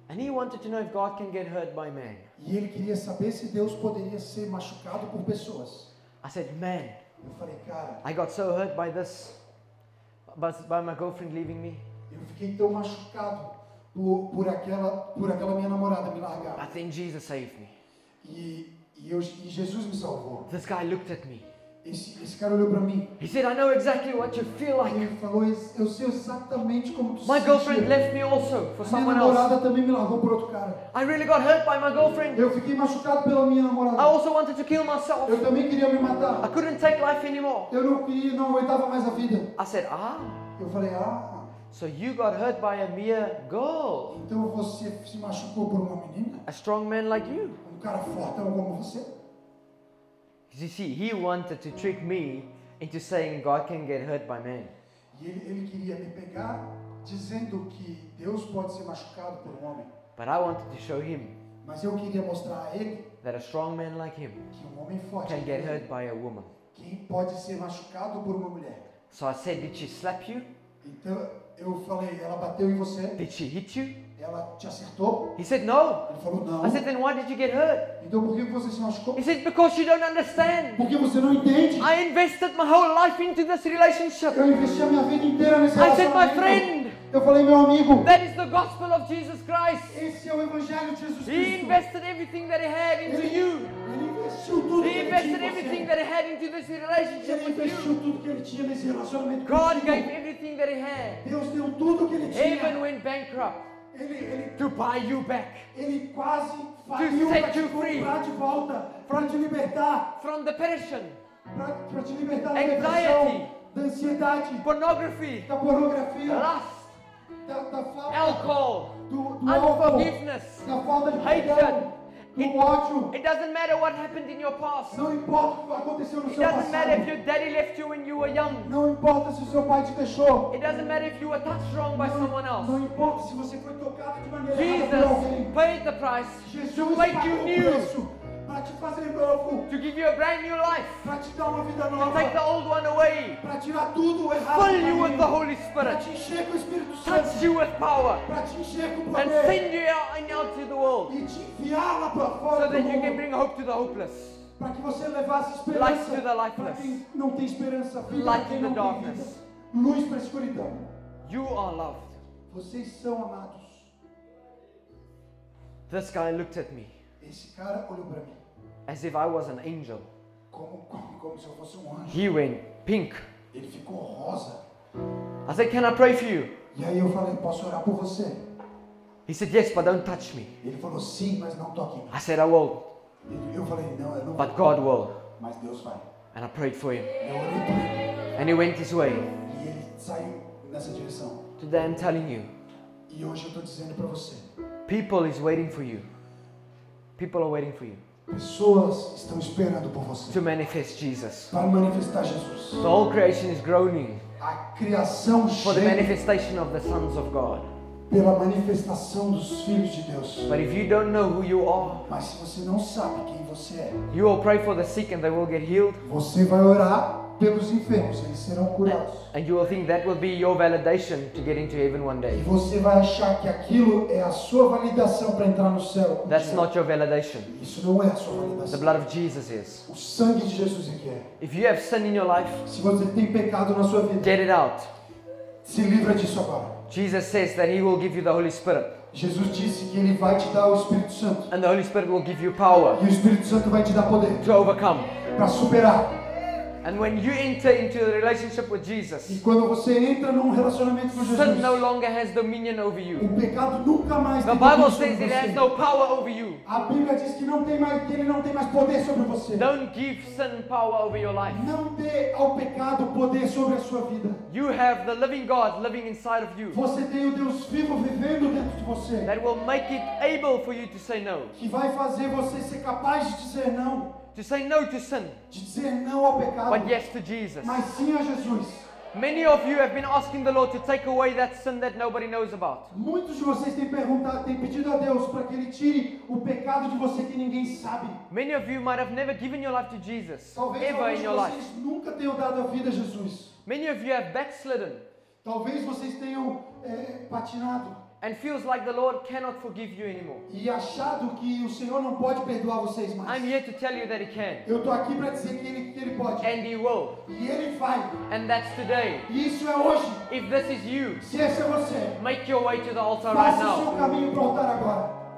Speaker 1: And he wanted to know if God can get hurt by man.
Speaker 2: E ele queria saber se Deus poderia ser machucado por pessoas.
Speaker 1: I said, Man,
Speaker 2: Eu falei, cara,
Speaker 1: I got so hurt by this, by, by my girlfriend leaving me.
Speaker 2: eu fiquei tão machucado por, por, aquela, por aquela minha namorada me largar.
Speaker 1: But then Jesus saved me.
Speaker 2: E, e, eu, e Jesus me salvou.
Speaker 1: This guy looked at me.
Speaker 2: Esse, esse cara olhou pra mim
Speaker 1: He said, I know exactly what you feel
Speaker 2: e
Speaker 1: like.
Speaker 2: ele falou, eu sei exatamente como tu
Speaker 1: My
Speaker 2: se
Speaker 1: girlfriend
Speaker 2: sentia."
Speaker 1: left me also for
Speaker 2: A minha
Speaker 1: someone else.
Speaker 2: namorada também me largou por outro cara.
Speaker 1: I really got hurt by my girlfriend.
Speaker 2: Eu fiquei machucado pela minha
Speaker 1: I
Speaker 2: namorada.
Speaker 1: also wanted to kill myself.
Speaker 2: Eu também queria me
Speaker 1: I
Speaker 2: matar.
Speaker 1: couldn't take life anymore.
Speaker 2: Eu não queria, não aguentava mais a vida.
Speaker 1: I said, Ah,
Speaker 2: Eu falei, ah,
Speaker 1: so you got hurt by a mere girl.
Speaker 2: então você se machucou por uma menina?
Speaker 1: A strong man like you.
Speaker 2: Um cara fortão como você?
Speaker 1: 'Cause You see, he wanted to trick me into saying God can get hurt by man.
Speaker 2: E ele, ele queria me pegar dizendo que Deus pode ser machucado por um homem.
Speaker 1: But I wanted to show him
Speaker 2: Mas eu queria mostrar a ele
Speaker 1: that a strong man like him
Speaker 2: que um homem forte
Speaker 1: can get hurt by a woman.
Speaker 2: quem pode ser machucado por uma mulher.
Speaker 1: So I said, Did she slap you?
Speaker 2: Então eu falei, ela bateu em você,
Speaker 1: Did she hit you?
Speaker 2: ela te acertou.
Speaker 1: He said, No.
Speaker 2: Ele falou, não.
Speaker 1: I said, Then why did you get hurt?
Speaker 2: Então por que você se machucou?
Speaker 1: He said, Because you don't understand.
Speaker 2: Porque você não entende.
Speaker 1: I invested my whole life into this relationship.
Speaker 2: Eu investi a minha vida inteira nesse
Speaker 1: I said, My
Speaker 2: relacionamento.
Speaker 1: friend,
Speaker 2: Eu falei, meu amigo,
Speaker 1: that is the gospel of Jesus Christ.
Speaker 2: esse é o evangelho de Jesus
Speaker 1: He
Speaker 2: Cristo.
Speaker 1: invested everything that he had into
Speaker 2: Ele,
Speaker 1: you.
Speaker 2: ele investiu tudo
Speaker 1: He
Speaker 2: que ele tinha
Speaker 1: invested
Speaker 2: em
Speaker 1: everything
Speaker 2: você.
Speaker 1: that he had into this
Speaker 2: Ele
Speaker 1: relationship with you.
Speaker 2: investiu tudo que ele tinha nesse relacionamento
Speaker 1: God
Speaker 2: contigo.
Speaker 1: gave everything that he had.
Speaker 2: Deus deu tudo que ele
Speaker 1: Even
Speaker 2: tinha.
Speaker 1: went bankrupt
Speaker 2: Ele, ele,
Speaker 1: to buy you back
Speaker 2: ele quase faliu
Speaker 1: set
Speaker 2: para te
Speaker 1: you free.
Speaker 2: comprar de volta, para te libertar,
Speaker 1: from depression,
Speaker 2: para te libertar da
Speaker 1: Anxiety.
Speaker 2: depressão, da ansiedade,
Speaker 1: pornography,
Speaker 2: da pornografia,
Speaker 1: lust,
Speaker 2: da, da falta
Speaker 1: alcohol,
Speaker 2: do, do álcool,
Speaker 1: unforgiveness,
Speaker 2: da falta de
Speaker 1: hatred,
Speaker 2: perdão, no ódio.
Speaker 1: It doesn't matter what happened in your past.
Speaker 2: Não importa o que aconteceu no
Speaker 1: It
Speaker 2: seu
Speaker 1: doesn't matter if
Speaker 2: passado.
Speaker 1: your daddy left you when you were young.
Speaker 2: Não importa se o seu pai te deixou.
Speaker 1: It doesn't matter if you were touched wrong by someone
Speaker 2: Não
Speaker 1: else.
Speaker 2: importa se você foi tocado de maneira errada
Speaker 1: Jesus
Speaker 2: por alguém.
Speaker 1: paid the price
Speaker 2: Jesus
Speaker 1: Like
Speaker 2: pagou
Speaker 1: you
Speaker 2: o
Speaker 1: knew.
Speaker 2: preço para te fazer novo,
Speaker 1: to give you a brand new life,
Speaker 2: para te dar uma vida
Speaker 1: to take the
Speaker 2: nova,
Speaker 1: old one away,
Speaker 2: para tirar tudo o errado
Speaker 1: fill you with the
Speaker 2: para
Speaker 1: Holy Spirit,
Speaker 2: te encher com o Espírito
Speaker 1: touch
Speaker 2: Santo,
Speaker 1: you with power,
Speaker 2: para te encher com o
Speaker 1: and
Speaker 2: poder
Speaker 1: send you out and out to the world
Speaker 2: e te enviar lá para fora
Speaker 1: so
Speaker 2: do
Speaker 1: that you can
Speaker 2: mundo,
Speaker 1: bring hope to the hopeless.
Speaker 2: para que você levasse
Speaker 1: Light to the lifeless.
Speaker 2: esperança para quem não tem esperança, vida
Speaker 1: Light
Speaker 2: para quem
Speaker 1: in the
Speaker 2: não tem vida,
Speaker 1: darkness.
Speaker 2: luz para a escuridão.
Speaker 1: You are loved.
Speaker 2: Vocês são amados.
Speaker 1: This guy looked at me
Speaker 2: Esse cara olhou para mim
Speaker 1: as if I was an angel.
Speaker 2: como, como, como se eu fosse um anjo.
Speaker 1: He went pink.
Speaker 2: Ele ficou rosa.
Speaker 1: I said, Can I pray for you?
Speaker 2: E aí eu falei, posso orar por você?
Speaker 1: He said, Yes, but don't touch me.
Speaker 2: Ele falou, sim, mas não toque em mim.
Speaker 1: I said, I will,
Speaker 2: Ele- Eu falei, não, eu não vou.
Speaker 1: but God will.
Speaker 2: Mas Deus vai.
Speaker 1: And I prayed for him.
Speaker 2: Eu orei por ele.
Speaker 1: And he went his way.
Speaker 2: E ele saiu nessa direção.
Speaker 1: Today I'm telling you,
Speaker 2: E hoje eu tô dizendo para você.
Speaker 1: people is waiting for you. People are waiting for you
Speaker 2: Pessoas estão esperando por você.
Speaker 1: to manifest Jesus.
Speaker 2: Para manifestar Jesus.
Speaker 1: The whole creation is groaning
Speaker 2: A criação
Speaker 1: for the
Speaker 2: chega
Speaker 1: manifestation of the sons of God.
Speaker 2: pela manifestação dos filhos de Deus.
Speaker 1: But if you don't know who you are,
Speaker 2: Mas se você não sabe quem você é,
Speaker 1: you will pray for the sick and they will get healed.
Speaker 2: Você vai orar pelos enfermos, eles serão curados.
Speaker 1: And you will think that will be your validation to get into heaven one
Speaker 2: E
Speaker 1: day.
Speaker 2: você vai achar que aquilo é a sua validação para entrar no céu. um
Speaker 1: That's
Speaker 2: dia.
Speaker 1: not your validation.
Speaker 2: Isso não é a sua
Speaker 1: The
Speaker 2: validação.
Speaker 1: blood of Jesus is.
Speaker 2: O sangue de Jesus é que é.
Speaker 1: If you have sin in your life,
Speaker 2: Se você tem pecado na sua vida,
Speaker 1: get it out.
Speaker 2: se livra disso agora.
Speaker 1: Jesus says that He will give you the Holy Spirit,
Speaker 2: Jesus disse que ele vai te dar o Espírito Santo.
Speaker 1: and the Holy Spirit will give you power
Speaker 2: E o Espírito Santo vai te dar poder
Speaker 1: to overcome.
Speaker 2: para superar.
Speaker 1: And when you enter into a relationship with Jesus,
Speaker 2: E quando você entra num relacionamento com Jesus,
Speaker 1: sin no longer has dominion over you.
Speaker 2: o pecado nunca mais
Speaker 1: The
Speaker 2: tem
Speaker 1: Bible
Speaker 2: domínio sobre
Speaker 1: says it has
Speaker 2: você.
Speaker 1: no power over you.
Speaker 2: A Bíblia diz que, não tem mais, que ele não tem mais poder sobre você.
Speaker 1: Don't give sin power over your life.
Speaker 2: Não dê ao pecado poder sobre a sua vida.
Speaker 1: You have the living God living inside of you
Speaker 2: Você tem o Deus vivo vivendo dentro de você,
Speaker 1: that will make it able for you to say no.
Speaker 2: que vai fazer você ser capaz de dizer não,
Speaker 1: To say no to sin,
Speaker 2: de dizer não ao pecado,
Speaker 1: but yes to Jesus.
Speaker 2: mas sim a Jesus.
Speaker 1: Many of you have been asking the Lord to take away that sin that nobody knows about.
Speaker 2: Muitos de vocês têm perguntado, têm pedido a Deus para que ele tire o pecado de você que ninguém sabe.
Speaker 1: Many of you might have never given your life to Jesus,
Speaker 2: Talvez
Speaker 1: ever
Speaker 2: alguns
Speaker 1: in
Speaker 2: de
Speaker 1: your life.
Speaker 2: vocês nunca tenham dado a vida a Jesus.
Speaker 1: Many of you have backslidden
Speaker 2: Talvez vocês tenham é, patinado
Speaker 1: and feels like the Lord cannot forgive you anymore.
Speaker 2: e achado que o Senhor não pode perdoar vocês
Speaker 1: I'm
Speaker 2: mais.
Speaker 1: here to tell you that He can,
Speaker 2: Eu estou aqui para dizer que ele, que ele pode.
Speaker 1: and He will,
Speaker 2: E ele vai.
Speaker 1: and that's today.
Speaker 2: E Isso é hoje.
Speaker 1: If this is you,
Speaker 2: Se esse é você,
Speaker 1: make your way to the altar right
Speaker 2: faça o
Speaker 1: now.
Speaker 2: seu caminho para o altar agora.